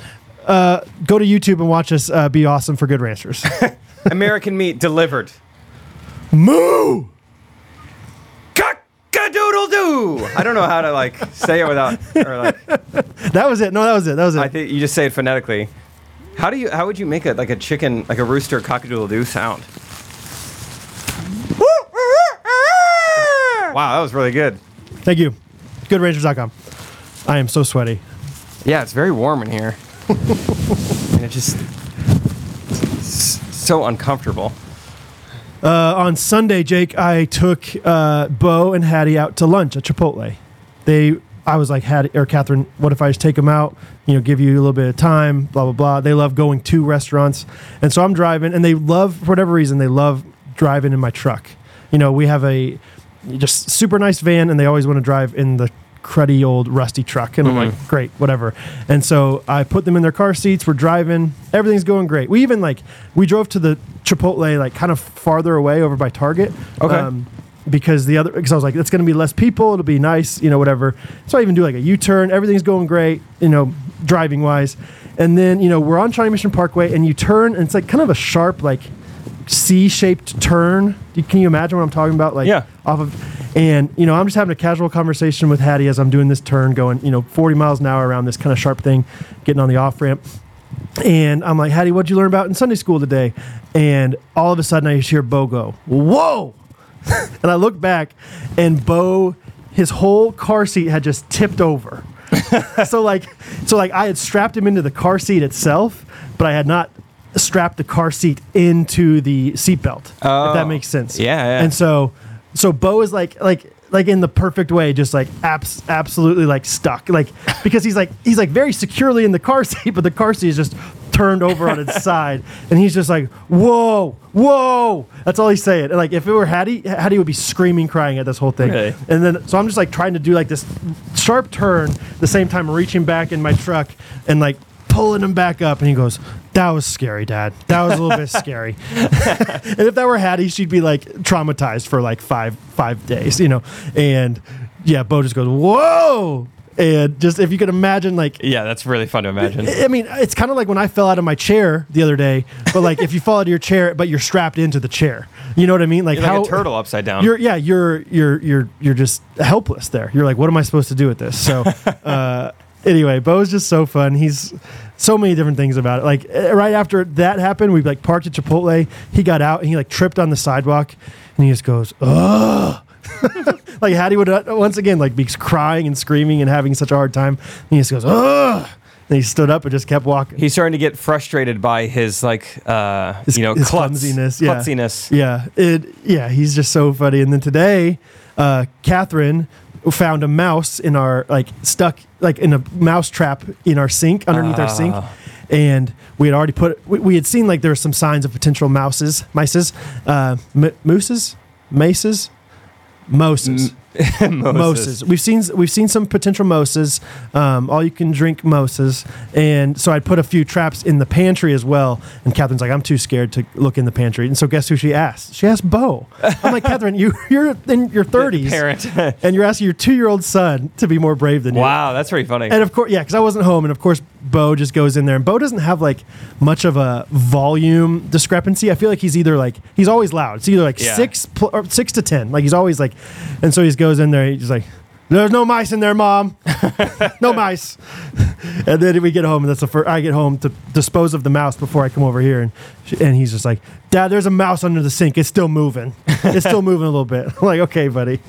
B: Uh, go to YouTube and watch us uh, be awesome for Good Ranchers.
A: American meat delivered.
B: Moo!
A: Cock-a-doodle doo. I don't know how to like say it without or like
B: That was it. No, that was it. That was it.
A: I think you just say it phonetically. How do you how would you make it like a chicken like a rooster cockadoodle doo sound? Wow, that was really good.
B: Thank you. GoodRanchers.com. I am so sweaty.
A: Yeah, it's very warm in (laughs) here. and it just it's so uncomfortable.
B: Uh, on Sunday, Jake, I took uh, Bo and Hattie out to lunch at Chipotle. They, I was like, Hattie or Catherine, what if I just take them out? You know, give you a little bit of time, blah blah blah. They love going to restaurants, and so I'm driving, and they love for whatever reason they love driving in my truck. You know, we have a just super nice van, and they always want to drive in the cruddy old rusty truck, and I'm like, great, whatever. And so I put them in their car seats. We're driving, everything's going great. We even like we drove to the Chipotle like kind of farther away over by Target.
A: Okay.
B: Um, because the other, because I was like, it's going to be less people. It'll be nice, you know, whatever. So I even do like a U turn. Everything's going great, you know, driving wise. And then, you know, we're on Shawnee Mission Parkway and you turn and it's like kind of a sharp, like C shaped turn. You- Can you imagine what I'm talking about? Like,
A: Yeah.
B: off of, and, you know, I'm just having a casual conversation with Hattie as I'm doing this turn, going, you know, 40 miles an hour around this kind of sharp thing, getting on the off ramp. And I'm like, Hattie, what'd you learn about in Sunday school today? And all of a sudden I just hear Bo go, Whoa! and I look back and Bo, his whole car seat had just
A: (laughs)
B: tipped over. so like so like I had strapped him into the car seat itself, but I had not strapped the car seat into the seatbelt. If
A: Oh.
B: that makes sense.
A: Yeah, yeah.
B: And so so Bo is like like like in the perfect way, just like abs- absolutely like stuck, like because he's like he's like very securely in the car (laughs) seat, but the car seat is just turned over on its side, and he's just like whoa, whoa. That's all he's saying. And like if it were Hattie, Hattie would be screaming, crying at this whole thing.
A: Really?
B: And then so I'm just like trying to do like this sharp turn, at the same time reaching back in my truck and like pulling him back up, and he goes. That was scary, Dad. That was a little bit scary. (laughs) And if that were Hattie, she'd be like traumatized for like five five days, you know. And yeah, Bo just goes, "Whoa!" And just if you could imagine, like,
A: Yeah, that's really fun to (laughs) imagine.
B: I I mean, it's kind of like when I fell out of my chair the other day. But like, if you fall out of your chair, but you're strapped into the chair, you know what I mean? Like
A: You're like a turtle upside down.
B: You're yeah, you're you're you're you're just helpless there. You're like, what am I supposed to do with this? So. uh Anyway, Bo's just so fun. He's so many different things about it. Like eh, right after that happened, we like parked at Chipotle. He got out and he like tripped on the sidewalk, and he just goes, "Ugh." (laughs) like Hattie would uh, once again like be crying and screaming and having such a hard time. And he just goes, "Ugh." And he stood up and just kept walking.
A: He's starting to get frustrated by his like uh you know
B: his
A: klutz-
B: clumsiness, yeah.
A: klutziness.
B: Yeah, it. Yeah, he's just so funny. And then today, uh, Catherine found a mouse in our like stuck like in a mouse trap in our sink underneath our sink.
A: Ah.
B: And we had already put we, we had seen like there were some signs of potential mouses, mices, uh, m- mooses, maces, moses.
A: M-
B: (laughs) Moses. We've seen we've seen some potential Moses, um, all you can drink Moses, and so I put a few traps in the pantry as well. And Catherine's like, I'm too scared to look in the pantry. And so guess who she asked? She asked Bo. I'm like, Catherine, you (laughs) you're in your 30s, (laughs)
A: Parent. (laughs)
B: and you're asking your two year old son to be more brave than you.
A: wow, that's pretty funny.
B: And uh, of course, yeah, because I wasn't home, and of course, Bo just goes in there, and Bo doesn't have like much of a volume discrepancy. I feel like he's either like he's always loud. It's either like
A: Yeah.
B: six pl- or six to ten. Like he's always like, and so he just goes in there. He's just like, "There's no mice in
A: (laughs)
B: there, mom. no mice." and then we get home, and that's the first I get home to dispose of the mouse before I come over here, and she, and he's just like, "Dad, there's a mouse under the sink. It's still moving.
A: (laughs)
B: It's still moving a little bit." (laughs) I'm like, okay, buddy.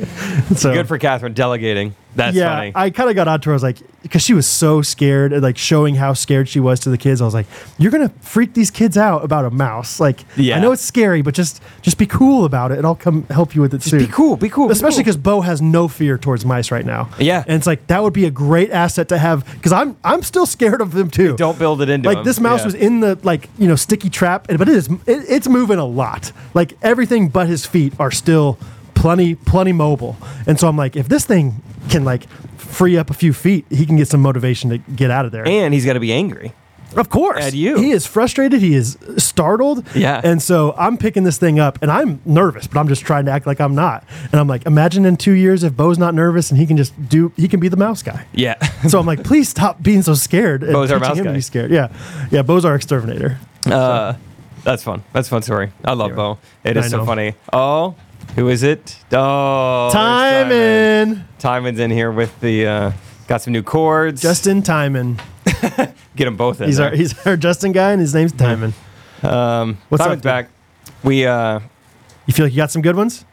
B: So
A: Good for Catherine delegating. That's
B: yeah,
A: funny.
B: I kind of got onto her. I was like, because she was so scared, and like showing how scared she was to the kids. I was like, you're gonna freak these kids out about a mouse. Like,
A: Yeah.
B: I know it's scary, but just just be cool about it, and I'll come help you with it soon.
A: be cool. Be cool. be
B: Especially
A: cool.
B: because Bo has no fear towards mice right now.
A: Yeah.
B: and it's like that would be a great asset to have because I'm I'm still scared of them too.
A: don't build it into
B: like
A: him.
B: this mouse
A: Yeah.
B: was in the like you know sticky trap, and- but it is it, it's moving a lot. Like everything but his feet are still plenty plenty mobile, and so I'm like, if this thing can like free up a few feet, he can get some motivation to get out of there.
A: and he's got to be angry.
B: Of course.
A: At you.
B: He is frustrated. He is startled.
A: Yeah.
B: And so I'm picking this thing up and I'm nervous, but I'm just trying to act like I'm not. And I'm like, imagine in two years if Bo's not nervous and he can just do, he can be the mouse guy.
A: Yeah. (laughs)
B: So I'm like, please stop being so scared. And
A: Bo's our
B: teaching
A: mouse
B: him to
A: guy.
B: be scared. Yeah. Yeah. Bo's our exterminator.
A: Uh, that's fun. That's a fun story. I love Bo. It
B: I
A: is so
B: know.
A: funny. Oh, who is it? Oh, Timon.
B: Timon.
A: Timon's in here with the uh, got some new chords.
B: Justin Timon.
A: get them both in.
B: He's
A: there.
B: our, he's our Justin guy and his name's Timon.
A: um,
B: What's
A: Timon's
B: up, dude?
A: back. We uh,
B: You feel like you got some good ones?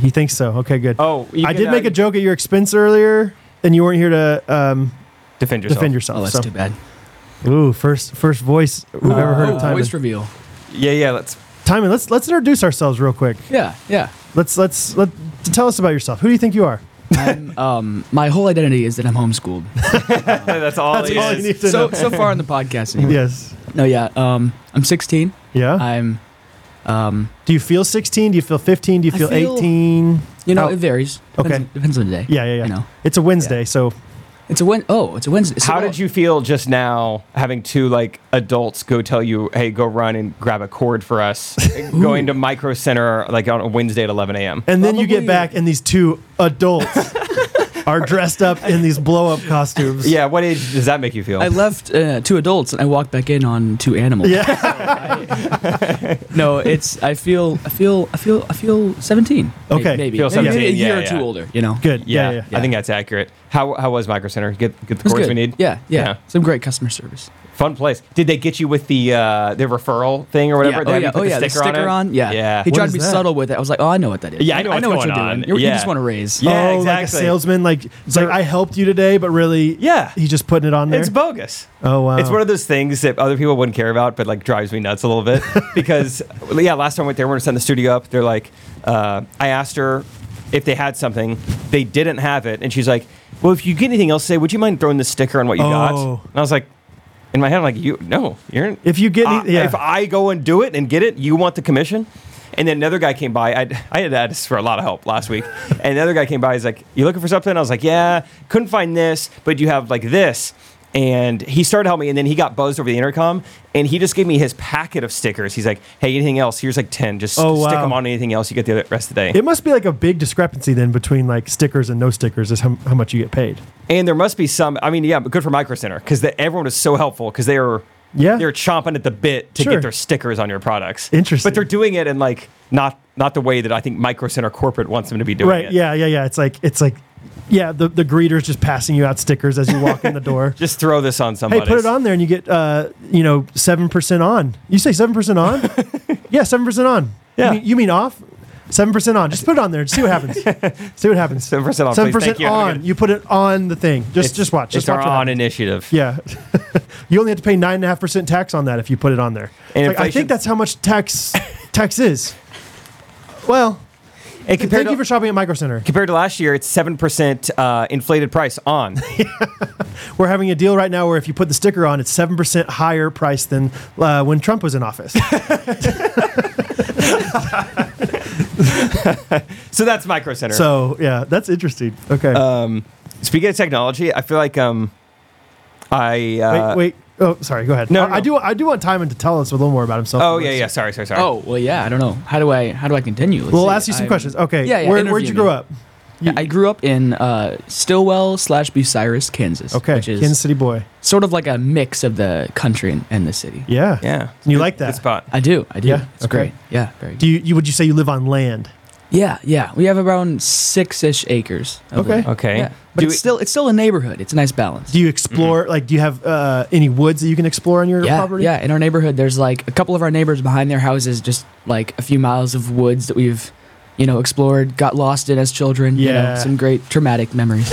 B: He thinks so. Okay, good.
A: oh, you
B: I
A: can,
B: did make
A: uh,
B: a joke at your expense earlier and you weren't here to um,
A: defend yourself.
B: defend yourself.
C: Oh, that's
B: so.
C: too bad.
B: Ooh, first first voice we've ever heard
C: Oh,
B: of Timon.
C: voice reveal.
A: Yeah, yeah.
B: (laughs)
A: Let's.
B: Timon, let's let's introduce ourselves real quick.
C: Yeah, yeah.
B: Let's let's let tell us about yourself. Who do you think you are?
C: I'm, (laughs) um, my whole identity is that
B: (laughs)
C: I'm homeschooled.
A: that's all.
B: That's
A: he
B: all
A: is.
B: you need to
C: so
B: know.
C: so far in the podcast. Anyway.
B: Yes.
C: No, yeah. Um, I'm 16.
B: Yeah.
C: I'm, um,
B: do you feel 16? Do you feel 15? Do you
C: I
B: feel,
C: feel-
B: 18?
C: you know,
B: How-
C: it varies. Depends,
B: Okay.
C: Depends on the day.
B: Yeah, yeah, yeah.
C: You know,
B: It's a Wednesday, so
C: it's a Wed. Oh, it's a Wednesday. So-
A: How did you feel just now having two like adults go tell you, "Hey, go run and grab a cord for
B: (laughs)
A: us"? going to Micro Center like on a Wednesday at 11 a.m.
B: and then you get
C: Probably-
B: back and these two
C: (laughs)
B: adults are dressed up in these blow-up costumes.
A: Yeah, what age does that make you feel?
C: I left uh, two adults and I walked back in on two animals.
B: (laughs) Yeah.
C: No, it's I feel I feel I feel I feel 17. may-
B: Okay.
C: Maybe
A: Feel
C: Maybe
A: 17,
C: a year
A: yeah,
C: or two
A: yeah.
C: older. You know.
B: Good.
A: yeah,
B: Yeah, yeah.
A: I think that's accurate. How how was Micro Center? Get get the
C: It was
A: cords
C: good.
A: we need.
C: Yeah, yeah,
A: Yeah.
C: Some great customer service.
A: Fun place. Did they get you with the uh, the referral thing or whatever?
C: Yeah.
A: They
C: Oh
A: have you
C: yeah.
A: put
C: Oh
A: the
C: yeah. The sticker,
A: it?
C: on. Yeah.
A: Yeah.
C: He
B: What
C: tried
B: is
C: to be
B: that?
C: subtle with it. I was like, oh, I know what that is.
A: Yeah, I know what's
C: what
A: going
C: you're
A: on.
C: doing. You're- You
A: Yeah.
C: just want to raise.
A: Yeah,
B: oh, like a
A: exactly.
B: salesman, like it's like
A: They're-
B: I helped you today, but really,
A: Yeah.
B: he's just putting it on there.
A: It's bogus.
B: oh wow,
A: It's one of those things that other people wouldn't care about, but like drives me nuts a little
C: (laughs)
A: bit because yeah, last time I went there, when I sent the studio up, they're like, uh, I asked her if they had something, they didn't have it, and she's like, well, if you get anything else, say, would you mind throwing the sticker on what you got?
B: Oh.
A: And I was like, in my head, I'm like, you no, you're
B: If you get
A: uh,
B: any- yeah.
A: if I go and do it and get it, you want the commission. And then another guy came by. I'd, I had asked for a lot of help last
B: (laughs)
A: week. And another guy came by. He's like, "You looking for something?" I was like, "Yeah, couldn't find this, but you have like this." And he started helping me. And then he got buzzed over the intercom. And he just gave me his packet of stickers. He's like, "Hey, anything else? Here's like ten. Just
B: Oh,
A: stick
B: wow.
A: them on anything else. You get the other- rest of the day."
B: It must be like a big discrepancy then between like stickers and no stickers is how, how much you get paid.
A: And there must be some. I mean, yeah, but good for Micro Center because everyone was so helpful because they were
B: Yeah.
A: they're chomping at the bit to
B: Sure.
A: get their stickers on your products.
B: Interesting.
A: but they're doing it in like not not the way that I think Micro Center corporate wants them to be doing
B: Right.
A: it.
B: Yeah. Yeah. Yeah. It's like it's like yeah. The the greeter's just passing you out stickers as you walk in
A: (laughs)
B: the door.
A: just throw this on
B: hey,
A: somebody.
B: put it on there and you get uh you know seven percent on. You say seven
A: (laughs)
B: percent on? yeah, seven percent on.
A: Yeah.
B: You mean, you mean off? Seven percent on. Just put it on there and see
A: (laughs)
B: what happens. see what happens.
A: 7% on, please.
B: Seven
A: Thank
B: percent
A: you. Have a
B: on.
A: good-
B: You put it on the thing. Just just watch.
A: It's
B: Just
A: our
B: watch what
A: on
B: happens.
A: initiative.
B: Yeah, (laughs) you only have to pay nine and a half percent tax on that if you put it on there.
A: And
B: It's like, I
A: inflation-
B: think that's how much
A: (laughs)
B: tax tax is. Well,
A: And
B: thank
A: compared
B: you
A: to,
B: for shopping at Micro Center.
A: compared to last year, it's seven percent uh, inflated price on.
B: We're having a deal right now where if you put the sticker on, it's seven percent higher price than uh, when Trump was in office.
A: So that's Micro Center.
B: So yeah, that's interesting. Okay.
A: um, speaking of technology, I feel like um, I uh,
B: wait, wait. Oh, sorry. Go ahead.
A: no,
B: I, I
A: no.
B: do. I do want Timon to tell us a little more about himself.
A: Oh yeah, yeah. Sorry, sorry, sorry.
C: Oh well, yeah. I don't know. How do I? How do I continue? Let's
B: We'll
C: see.
B: ask you some
C: I'm-
B: questions. Okay.
C: Yeah, yeah,
B: Where, where'd
C: interview
B: you grow
C: me.
B: up?
C: Yeah, I grew up in uh, Stillwell slash Bucyrus, Kansas.
B: Okay.
C: which is
B: Kansas City boy.
C: sort of like a mix of the country and, and the city.
B: Yeah.
A: yeah.
B: And you
A: Good-
B: like that?
A: Good spot.
C: I do. I do.
B: Yeah,
C: it's
B: okay.
C: great. Yeah, very.
B: Do you, you? Would you say you live on land?
C: Yeah, yeah. We have around six ish acres. Of
B: Okay.
C: land.
A: Okay.
C: Yeah. But
A: Do
C: it's
A: we-
C: still it's still a neighborhood. It's a nice balance.
B: Do you explore? Like, do you have uh, any woods that you can explore on your
C: yeah,
B: property?
C: yeah. In our neighborhood, there's like a couple of our neighbors behind their houses, just like a few miles of woods that we've, you know, explored, got lost in as children. you know,
B: Yeah.
C: some great
B: (laughs)
C: traumatic memories.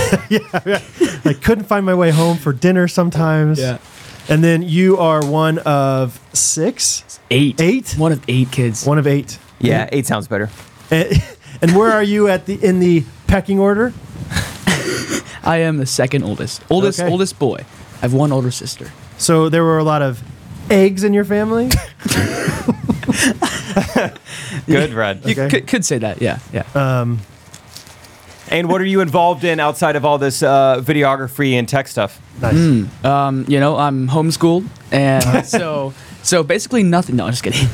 B: Like, couldn't find my way home for dinner sometimes. And then you are one of six,
C: Eight.
B: eight,
C: One of eight kids.
B: one of eight.
A: Yeah, eight sounds better.
B: And, (laughs) and where are you at the in the pecking order?
C: I am the second oldest. Oldest
B: Okay.
C: oldest boy. I have one older sister.
B: So there were a lot of eggs in your family.
A: (laughs) Good, Red.
C: You
B: Okay.
C: could, could say that. Yeah. Yeah.
A: And what are you involved in outside of all this uh, videography and tech stuff?
B: Nice.
C: Um, you know, I'm homeschooled,
B: (laughs)
C: and so so basically nothing. No, I'm just kidding.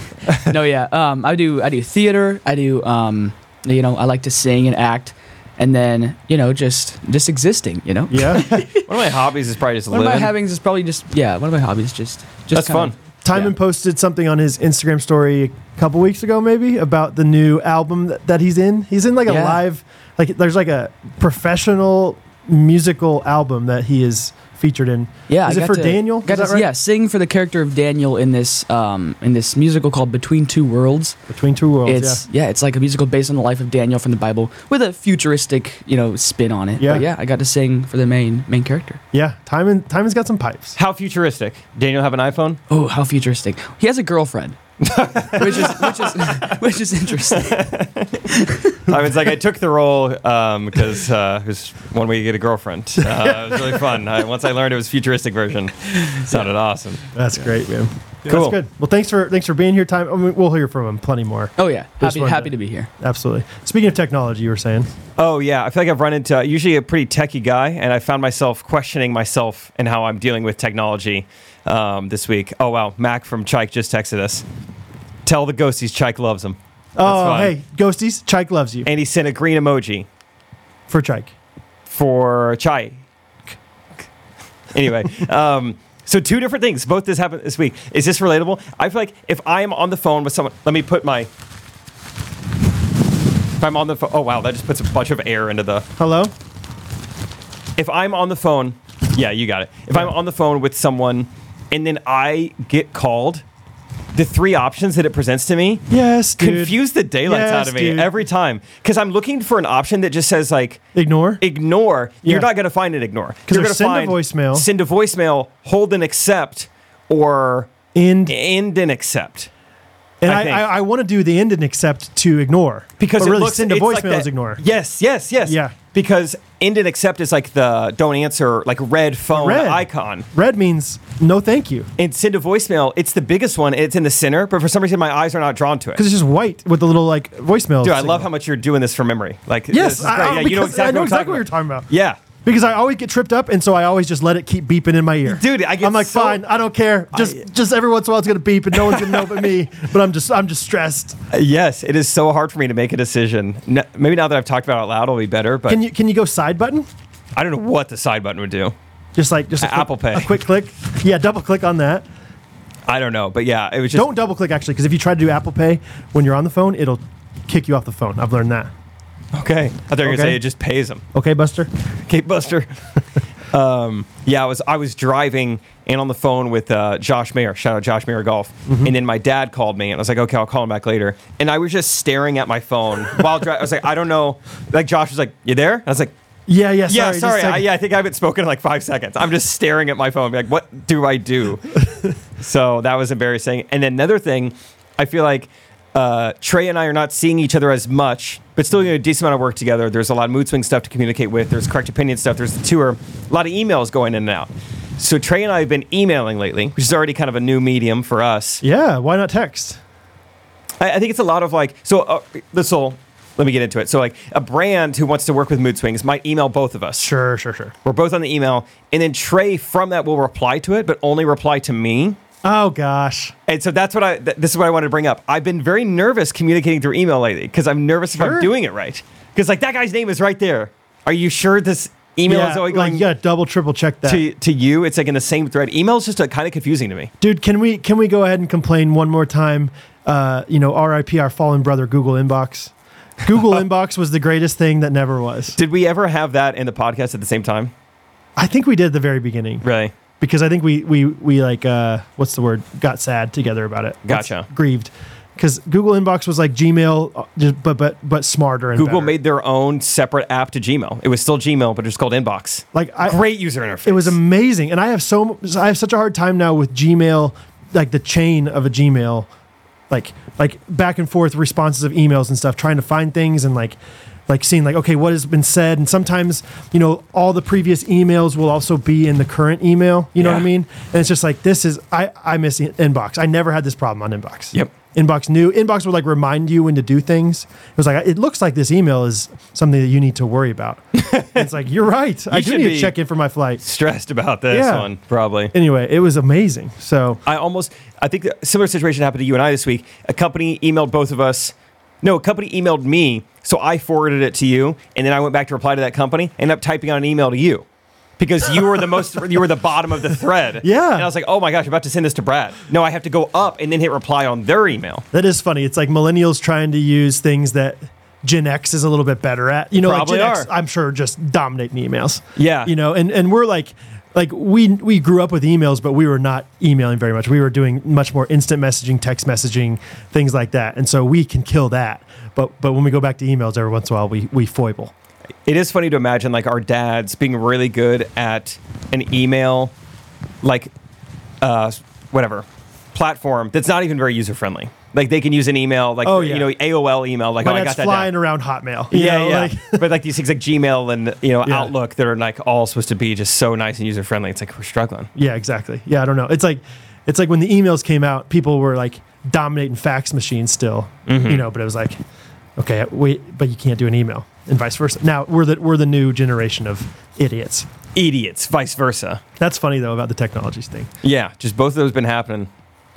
C: no, yeah. Um, I do I do theater. I do um, you know, I like to sing and act, and then you know, just just existing. You know,
B: (laughs) Yeah.
A: One of my hobbies is probably just
C: one of
A: living.
C: my havings is probably just yeah. One of my hobbies just just
A: That's
C: kinda-
A: fun.
B: Timon
C: Yeah.
B: posted something on his Instagram story a couple weeks ago, maybe about the new album that, that he's in. He's in like a
C: Yeah.
B: live, like there's like a professional musical album that he is featured in.
C: Yeah,
B: Is it
C: I got
B: for
C: to-
B: Daniel?
C: Got
B: Is that
C: to-
B: right?
C: Yeah, sing for the character of Daniel in this um in this musical called Between Two Worlds.
B: Between Two Worlds.
C: It's yeah. it's like a musical based on the life of Daniel from the Bible with a futuristic, you know, spin on it.
B: Yeah.
C: But yeah, I got to sing for the main main character.
B: yeah. Yeah. Timon. Timon's got some pipes.
A: How futuristic? Daniel have an iPhone?
C: Oh, how futuristic. He has a
B: (laughs)
C: girlfriend. which is which is (laughs) which is interesting.
A: I was like, I took the role because uh, it was one way you get a girlfriend. Uh, it was really fun. I, once I learned it was futuristic version, it sounded awesome.
B: That's great, man.
A: Cool.
B: That's good. Well, thanks for thanks for being here, Timon. I mean, we'll hear from him plenty more.
C: Oh yeah,
B: Just
C: happy
B: wanted
C: happy
B: to-
C: to be here.
B: Absolutely. Speaking of technology, you were saying.
A: Oh yeah, I feel like I've run into usually a pretty techie guy, and I found myself questioning myself and how I'm dealing with technology um, this week. Oh wow, Mac from Chike just texted us. Tell the ghosties Chike loves him,
B: Oh,
A: fine.
B: hey, ghosties, Chike loves you
A: and he sent a green emoji
B: for Chike.
A: for Chai. Anyway, um, so two different things. Both this happened this week. Is this relatable? I feel like if I'm on the phone with someone, let me put my. If I'm on the phone, oh wow, that just puts a bunch of air into the
B: Hello.
A: if I'm on the phone, yeah, you got it. If I'm on the phone with someone and then I get called, the three options that it presents to me
B: Yes, dude.
A: confuse the daylights
B: Yes,
A: out of me
B: dude.
A: every time because I'm looking for an option that just says like
B: Ignore.
A: ignore.
B: Yeah.
A: You're not going to find an ignore
B: 'Cause
A: you're
B: or
A: gonna
B: send a
A: find
B: voicemail.
A: send a voicemail, hold and accept, or
B: End.
A: end and accept.
B: And
A: I
B: I,
A: think.
B: I, I, want to do the end and accept to ignore
A: because
B: but
A: it
B: really
A: looks,
B: send a
A: it's like
B: voicemail
A: that-
B: is ignore.
A: Yes, yes, yes.
B: Yeah.
A: Because end and accept is like the don't answer, like red phone
B: Red
A: icon.
B: Red means no, thank you,
A: and send a voicemail. It's the biggest one. It's in the center, but for some reason my eyes are not drawn to it.
B: because it's just white with the little like voicemail.
A: Dude, I love how much you're doing this from memory. Like, this
B: Yes,
A: is
B: I,
A: great. yeah,
B: I-
A: you know
B: because
A: exactly.
B: I know
A: what
B: exactly what
A: I'm
B: you're
A: talking
B: talking about.
A: about. Yeah,
B: Because I always get tripped up, and so I always just let it keep beeping in my ear.
A: Dude, I get
B: I'm like,
A: so-
B: fine, I don't care. Just, just every once in a while, it's gonna beep, and no one's gonna know but me.
A: (laughs)
B: But I'm just, I'm just stressed.
A: Uh, yes, it is so hard for me to make a decision. N- maybe now that I've talked about it out loud, it'll be better. But
B: Can you, can you go side button?
A: I don't know what the side button would do.
B: Just like, just a quick,
A: Apple Pay.
B: a quick click. Yeah, double click on that.
A: I don't know, but yeah, it was just
B: Don't double click actually, because if you try to do Apple Pay when you're on the phone, it'll kick you off the phone. I've learned that.
A: okay. I thought you were gonna
B: Okay.
A: say it just pays them.
B: Okay, Buster.
A: (laughs) Cape Buster. um, yeah, I was I was driving and on the phone with uh, Josh Mayer. Shout out Josh Mayer Golf. And then my dad called me, and I was like, okay, I'll call him back later. And I was just staring at my phone while driving. I was like, I don't know. Like Josh was like, you there? And I was like.
B: Yeah, yeah. Sorry,
A: Yeah,
B: just
A: sorry.
B: a second.
A: I, yeah, I think I haven't spoken in like five seconds. I'm just staring at my phone, like, what do I
B: (laughs)
A: do? so that was embarrassing. And then another thing, I feel like uh, Trey and I are not seeing each other as much, but still doing a decent amount of work together. There's a lot of mood swing stuff to communicate with. There's correct opinion stuff. There's the tour. A lot of emails going in and out. So Trey and I have been emailing lately, which is already kind of a new medium for us.
B: Yeah, why not text?
A: I, I think it's a lot of like so. Uh, this will let me get into it. So like a brand who wants to work with mood swings might email both of us.
B: Sure, sure, sure.
A: We're both on the email, and then Trey from that will reply to it, but only reply to me.
B: Oh gosh.
A: And so that's what I. Th- this is what I wanted to bring up. I've been very nervous communicating through email lately because I'm nervous if
B: Sure.
A: I'm doing it right. Because like that guy's name is right there. Are you sure this email
B: yeah,
A: is only
B: like,
A: going
B: you gotta double triple check that.
A: to to you? It's like in the same thread. Email is just uh, kind of confusing to me.
B: Dude, can we can we go ahead and complain one more time? Uh, you know, RIP our fallen brother Google Inbox. Google Inbox was the greatest thing that never was.
A: Did we ever have that in the podcast at the same time?
B: I think we did at the very beginning
A: Really?
B: because I think we we we like uh, what's the word? Got sad together about it. What's-
A: Gotcha.
B: grieved because Google Inbox was like Gmail, uh, just, but but but smarter and
A: Google
B: better.
A: made their own separate app to Gmail. It was still Gmail, but it was called Inbox.
B: like I,
A: Great user interface.
B: It was amazing, and I have so I have such a hard time now with Gmail, like the chain of a Gmail, like like back and forth responses of emails and stuff, trying to find things and like like seeing like okay what has been said, and sometimes you know all the previous emails will also be in the current email. You know what I
A: Yeah.
B: mean? And it's just like this is I I miss in- inbox. I never had this problem on inbox.
A: Yep.
B: Inbox knew inbox would like remind you when to do things. It was like it looks like this email is something that you need to worry about.
A: (laughs)
B: it's like you're right. I
A: You
B: do
A: should
B: need to
A: be-
B: check in for my flight
A: stressed about this
B: Yeah.
A: one probably.
B: anyway, it was amazing. So
A: I almost I think a similar situation happened to you and I this week. A company emailed both of us. No, a company emailed me, so I forwarded it to you, and then I went back to reply to that company, ended up typing out an email to you. Because you were the most (laughs) you were the bottom of the thread.
B: Yeah.
A: And I was like, oh my gosh, I'm about to send this to Brad. No, I have to go up and then hit reply on their email.
B: that is funny. It's like millennials trying to use things that Gen X is a little bit better at. You know,
A: Probably
B: like Gen
A: are.
B: X, I'm sure, just dominating emails.
A: Yeah.
B: You know, and and we're like. Like we we grew up with emails, but we were not emailing very much. We were doing much more instant messaging, text messaging, things like that. And so we can kill that. But but when we go back to emails every once in a while, we we foible.
A: it is funny to imagine like our dads being really good at an email like uh whatever platform that's not even very user friendly like they can use an email like
B: Oh, yeah.
A: you know aol email like
B: But
A: oh i
B: that's
A: got that
B: flying
A: down.
B: around Hotmail. you
A: yeah
B: know,
A: yeah
B: like- (laughs)
A: but like these things like gmail and you know
B: Yeah.
A: outlook that are like all supposed to be just so nice and user friendly it's like we're struggling
B: Yeah, exactly. Yeah, I don't know. It's like it's like when the emails came out, people were like dominating fax machines still, you know. But it was like, okay, wait, but you can't do an email, and vice versa. Now we're the we're the new generation of idiots.
A: idiots vice versa
B: That's funny though about the technologies thing.
A: yeah just both of those been happening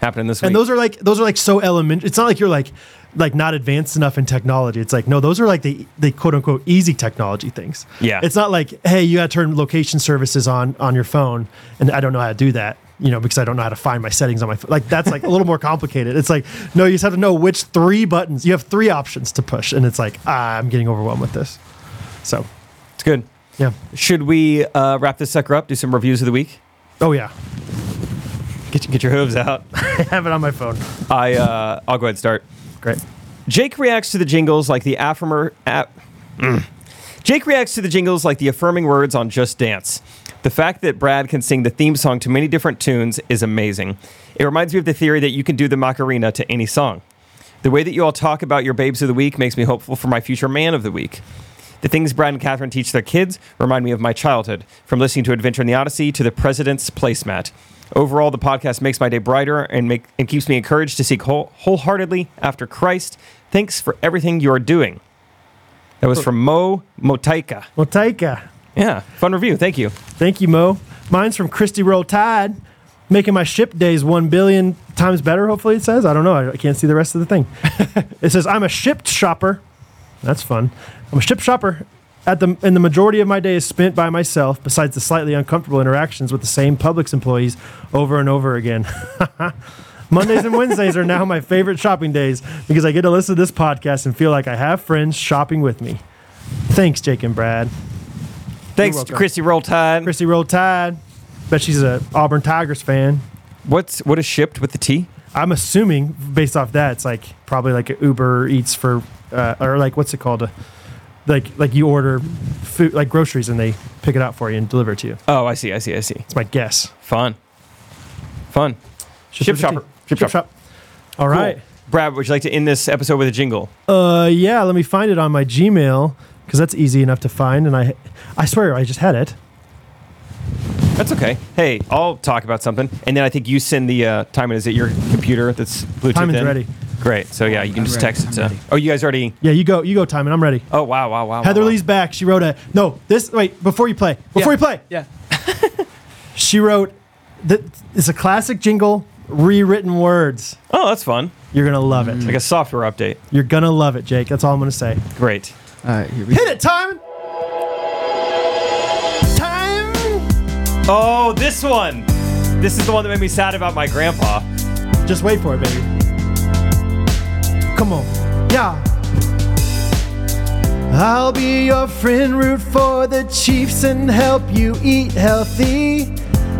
A: happening this week
B: And those are like those are like so elementary. It's not like you're like like not advanced enough in technology. It's like no, those are like the the quote unquote easy technology things.
A: Yeah.
B: It's not like hey, you got to turn location services on on your phone, and I don't know how to do that. You know, because I don't know how to find my settings on my phone. Like that's like a little more complicated. It's like no, you just have to know which three buttons. You have three options to push, and it's like ah, I'm getting overwhelmed with this. So
A: it's good
B: yeah.
A: should we uh, wrap this sucker up do some reviews of the week
B: Oh yeah, (laughs)
A: get, get your hooves out
B: I have it on my phone.
A: i uh, i'll go ahead and start
B: Great.
A: Jake reacts to the jingles like the affirmer. App, Jake reacts to the jingles like the affirming words on Just Dance. The fact that Brad can sing the theme song to many different tunes is amazing. It reminds me of the theory that you can do the Macarena to any song. The way that you all talk about your babes of the week makes me hopeful for my future man of the week. The things Brad and Catherine teach their kids remind me of my childhood, from listening to Adventure in the Odyssey to the President's Placemat. Overall, the podcast makes my day brighter and, make, and keeps me encouraged to seek whole, wholeheartedly after Christ. Thanks for everything you are doing. That was from Mo Motaika.
B: Well, take a.
A: Yeah, fun review. Thank you.
B: Thank you, Mo. Mine's from Christy Roll Tide, making my ship days 1 billion times better, hopefully it says. I don't know. I- I can't see the rest of the thing. it says, I'm a ship shopper. That's fun. I'm a ship shopper. At the, and the majority of my day is spent by myself, besides the slightly uncomfortable interactions with the same Publix employees over and over again. (laughs) Mondays and Wednesdays are now my favorite shopping days because I get to listen to this podcast and feel like I have friends shopping with me. Thanks, Jake and Brad.
A: Thanks,
B: welcome.
A: Christy Roll Tide.
B: Christy Roll Tide. Bet she's a Auburn Tigers fan.
A: What's what is shipped with the T?
B: I'm assuming based off that, it's like probably like a Uber Eats for, uh, or like what's it called? Uh, like like you order food, like groceries, and they pick it out for you and deliver it to you.
A: Oh, I see. I see. I see.
B: That's my guess.
A: Fun. Fun. Ship
B: with a
A: shopper.
B: T.
A: Ship
B: Ship,
A: shopper.
B: shop. All
A: Cool.
B: right.
A: Brad, would you like to end this episode with a jingle?
B: Uh, yeah. Let me find it on my Gmail because that's easy enough to find, and I I swear I just had it.
A: That's okay. Hey, I'll talk about something, and then I think you send the uh, time. and Is it your computer that's Bluetooth?
B: Timing's
A: in?
B: ready.
A: Great. So yeah, you can
C: I'm
A: just
C: ready.
A: text
C: I'm
A: it to.
C: ready.
A: Oh, you guys already?
B: Yeah, you go, you go, Timon. I'm ready.
A: Oh wow, wow, wow. wow,
B: Heather
A: wow.
B: Lee's back. She wrote a no. This wait before you play. Before
C: yeah.
B: you play,
C: Yeah.
B: she wrote that it's a classic jingle, rewritten words.
A: Oh, that's fun.
B: You're gonna love it.
A: Like a software update.
B: You're gonna love it, Jake. That's all I'm gonna say.
A: Great.
C: All right. Here we
B: Hit it, Timon. Time.
A: Oh, this one. This is the one that made me sad about my grandpa.
B: Just wait for it, baby. Come on. Yeah. I'll be your friend, root for the Chiefs, and help you eat healthy.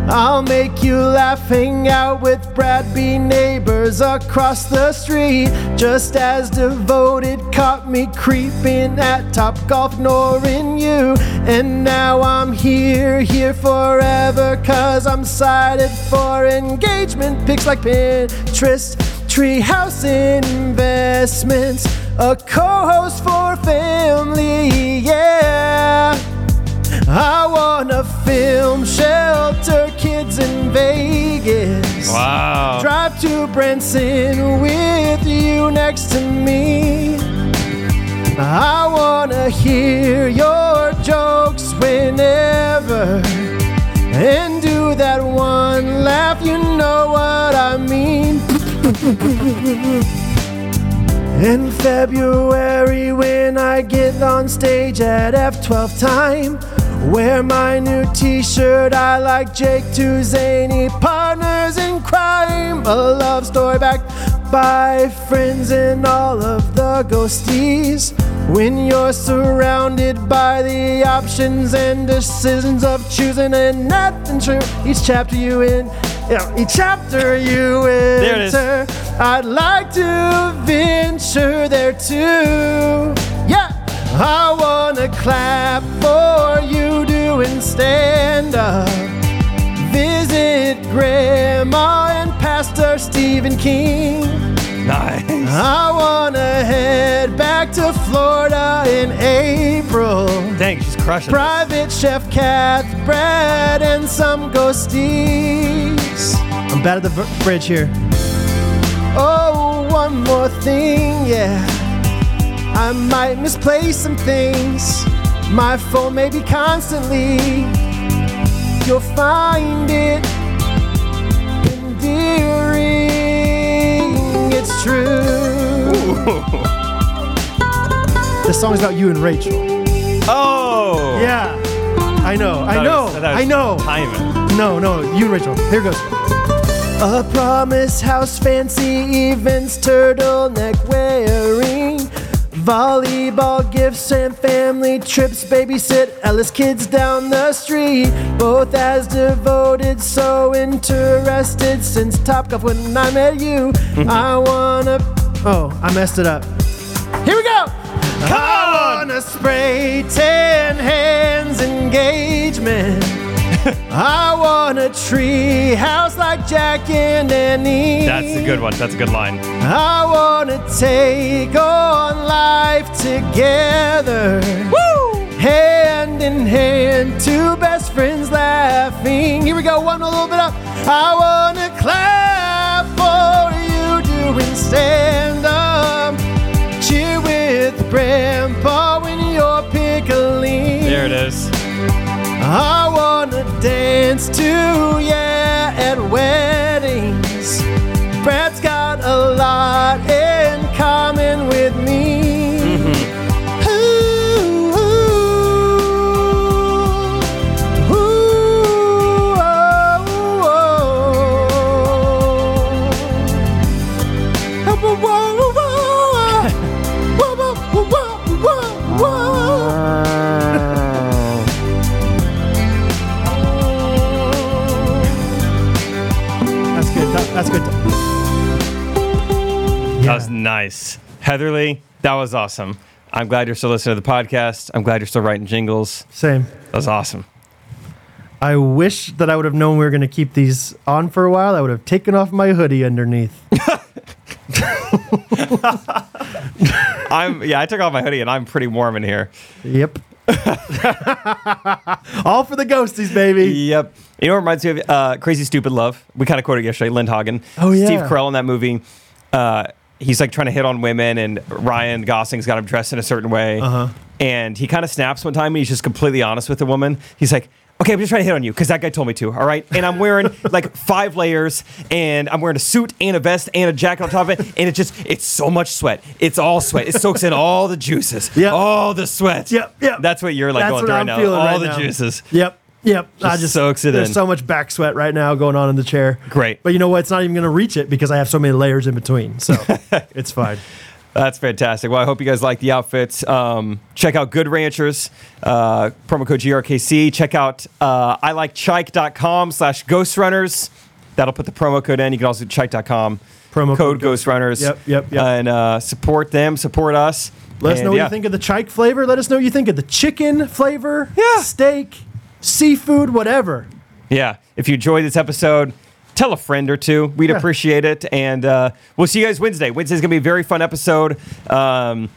B: I'll make you laugh, hang out with Brad B. Neighbors across the street. Just as devoted, caught me creeping at Top Golf, ignoring you. And now I'm here, here forever, cause I'm cited for engagement pics like Pinterest. Treehouse Investments, a co host for family, yeah. I wanna film shelter kids in Vegas.
A: Wow.
B: Drive to Branson with you next to me. I wanna hear your jokes whenever. And do that one laugh, you know what I mean. In February, when I get on stage at F12 time, wear my new t shirt. I like Jake to Zany, partners in crime. A love story backed by friends and all of the ghosties. When you're surrounded by the options and decisions of choosing and nothing true, each chapter you in, yeah, each chapter you enter.
A: it is.
B: I'd like to venture there too. Yeah, I wanna clap for you doing stand up. Visit Grandma and Pastor Stephen King.
A: Nice.
B: I wanna head back to Florida in April.
A: Dang, she's crushing. it.
B: Private Chef Cat, Brad, and some ghosties. I'm bad at the v- bridge here. Oh, one more thing, yeah. I might misplace some things. My phone may be constantly. You'll find it endearing. It's true. This song's about you and Rachel.
A: (laughs) Oh.
B: Yeah. I know. I
A: That
B: know.
A: was- that was
B: I know.
A: Timing.
B: No, no. You and Rachel. Here goes. A promise house fancy events turtleneck wearing. Volleyball gifts and family trips babysit Ellis kids down the street. Both as devoted, so interested since Top Golf when I met you. I wanna. Oh, I messed it up. Here we go. I wanna spray tan
A: (laughs)
B: hands engagement. I want a tree house like Jack and Annie.
A: That's a good one. That's a good line.
B: I want to take on life together. Woo! Hand in hand, two best friends laughing. Here we go, one a little bit up. I want to clap for you doing stand up. Cheer with grandpa when you're pickling.
A: There it is.
B: I wanna dance too, yeah, at weddings. Brad's got a lot in common with me. Ooh, ooh, ooh, oh, oh. Whoa, whoa, whoa, whoa. Whoa, whoa, whoa, whoa, whoa. That's good. That- that's good.
A: That was nice. Heatherly, that was awesome. I'm glad you're still listening to the podcast. I'm glad you're still writing jingles.
B: Same.
A: That was awesome.
B: I wish that I would have known we were going to keep these on for a while. I would have taken off my hoodie underneath.
A: (laughs) I'm yeah, I took off my hoodie and I'm pretty warm in here.
B: yep. (laughs) All for the ghosties, baby.
A: Yep. You know what reminds me of uh, Crazy Stupid Love? We kind of quoted it yesterday, Lindhagen.
B: Oh, yeah.
A: Steve Carell in that movie. Uh, he's like trying to hit on women, and Ryan Gosling's got him dressed in a certain way.
B: Uh-huh.
A: And he kind of snaps one time, and he's just completely honest with the woman. He's like, "Okay, I'm just trying to hit on you because that guy told me to. All right, and I'm wearing (laughs) like five layers, and I'm wearing a suit and a vest and a jacket on top of it, and it just it's so much sweat. It's all sweat. It soaks in all the juices.
B: Yep.
A: all the sweat.
B: Yep, yep.
A: That's what you're like
B: That's
A: going
B: what
A: through
B: I'm
A: right now.
B: feeling
A: All
B: right
A: the
B: now.
A: juices.
B: Yep. Yep. I
A: Just
B: just
A: soaks it
B: There's
A: in.
B: so much back sweat right now going on in the chair.
A: Great.
B: But you know what? It's not even going to reach it because I have so many layers in
A: (laughs)
B: between. So it's fine.
A: That's fantastic. Well, I hope you guys like the outfits. Um, check out Good Ranchers, uh, promo code GRKC. Check out uh, I like chike.com slash ghost runners. That'll put the promo code in. You can also do chike.com.
B: Promo
A: code
B: code
A: ghost runners.
B: Yep, yep, yep.
A: And uh, support them, support us.
B: Let us
A: And
B: know what
A: yeah.
B: you think of the chike flavor. Let us know what you think of the chicken flavor,
A: Yeah.
B: steak, seafood, whatever.
A: Yeah. If you enjoyed this episode, tell a friend or two. We'd
B: Yeah.
A: appreciate it. And uh, we'll see you guys Wednesday. Wednesday's going to be a very fun episode. Um,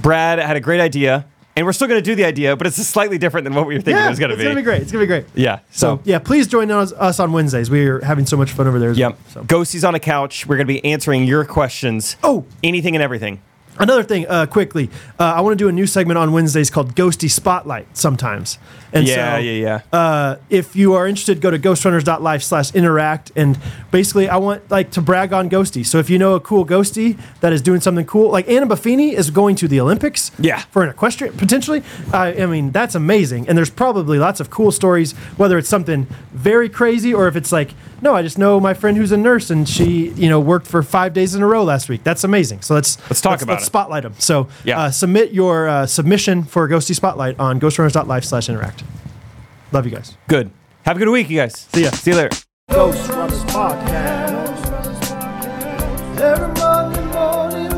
A: Brad had a great idea, and we're still going to do the idea, but it's slightly different than what we were thinking it was going to
B: it's gonna be great. It's gonna be great.
A: Yeah. So,
B: So yeah, please join us, us on Wednesdays. We are having so much fun over there. As
A: yep.
B: Well, so.
A: Ghosties on a couch. We're going to be answering your questions.
B: Oh.
A: anything and everything.
B: Another thing, uh, quickly, uh, I want to do a new segment on Wednesdays called Ghosty Spotlight sometimes. And
A: Yeah,
B: so,
A: yeah, yeah.
B: Uh, if you are interested, go to ghostrunners.life slash interact. And basically, I want like to brag on Ghosty. So if you know a cool Ghosty that is doing something cool, like Anna Buffini is going to the Olympics
A: Yeah.
B: for an equestrian, potentially. I I mean, that's amazing. And there's probably lots of cool stories, whether it's something very crazy or if it's like, no, I just know my friend who's a nurse and she, you know, worked for five days in a row last week. That's amazing. So let's
A: Let's talk about
B: let's
A: it.
B: Spotlight them. So
A: Yeah.
B: uh, submit your uh, submission for Ghosty Spotlight on ghostrunners.life slash interact. Love you guys.
A: Good. Have a good week, you guys. See
B: ya.
A: See you later.
B: Ghost Runners Podcast. Every Monday morning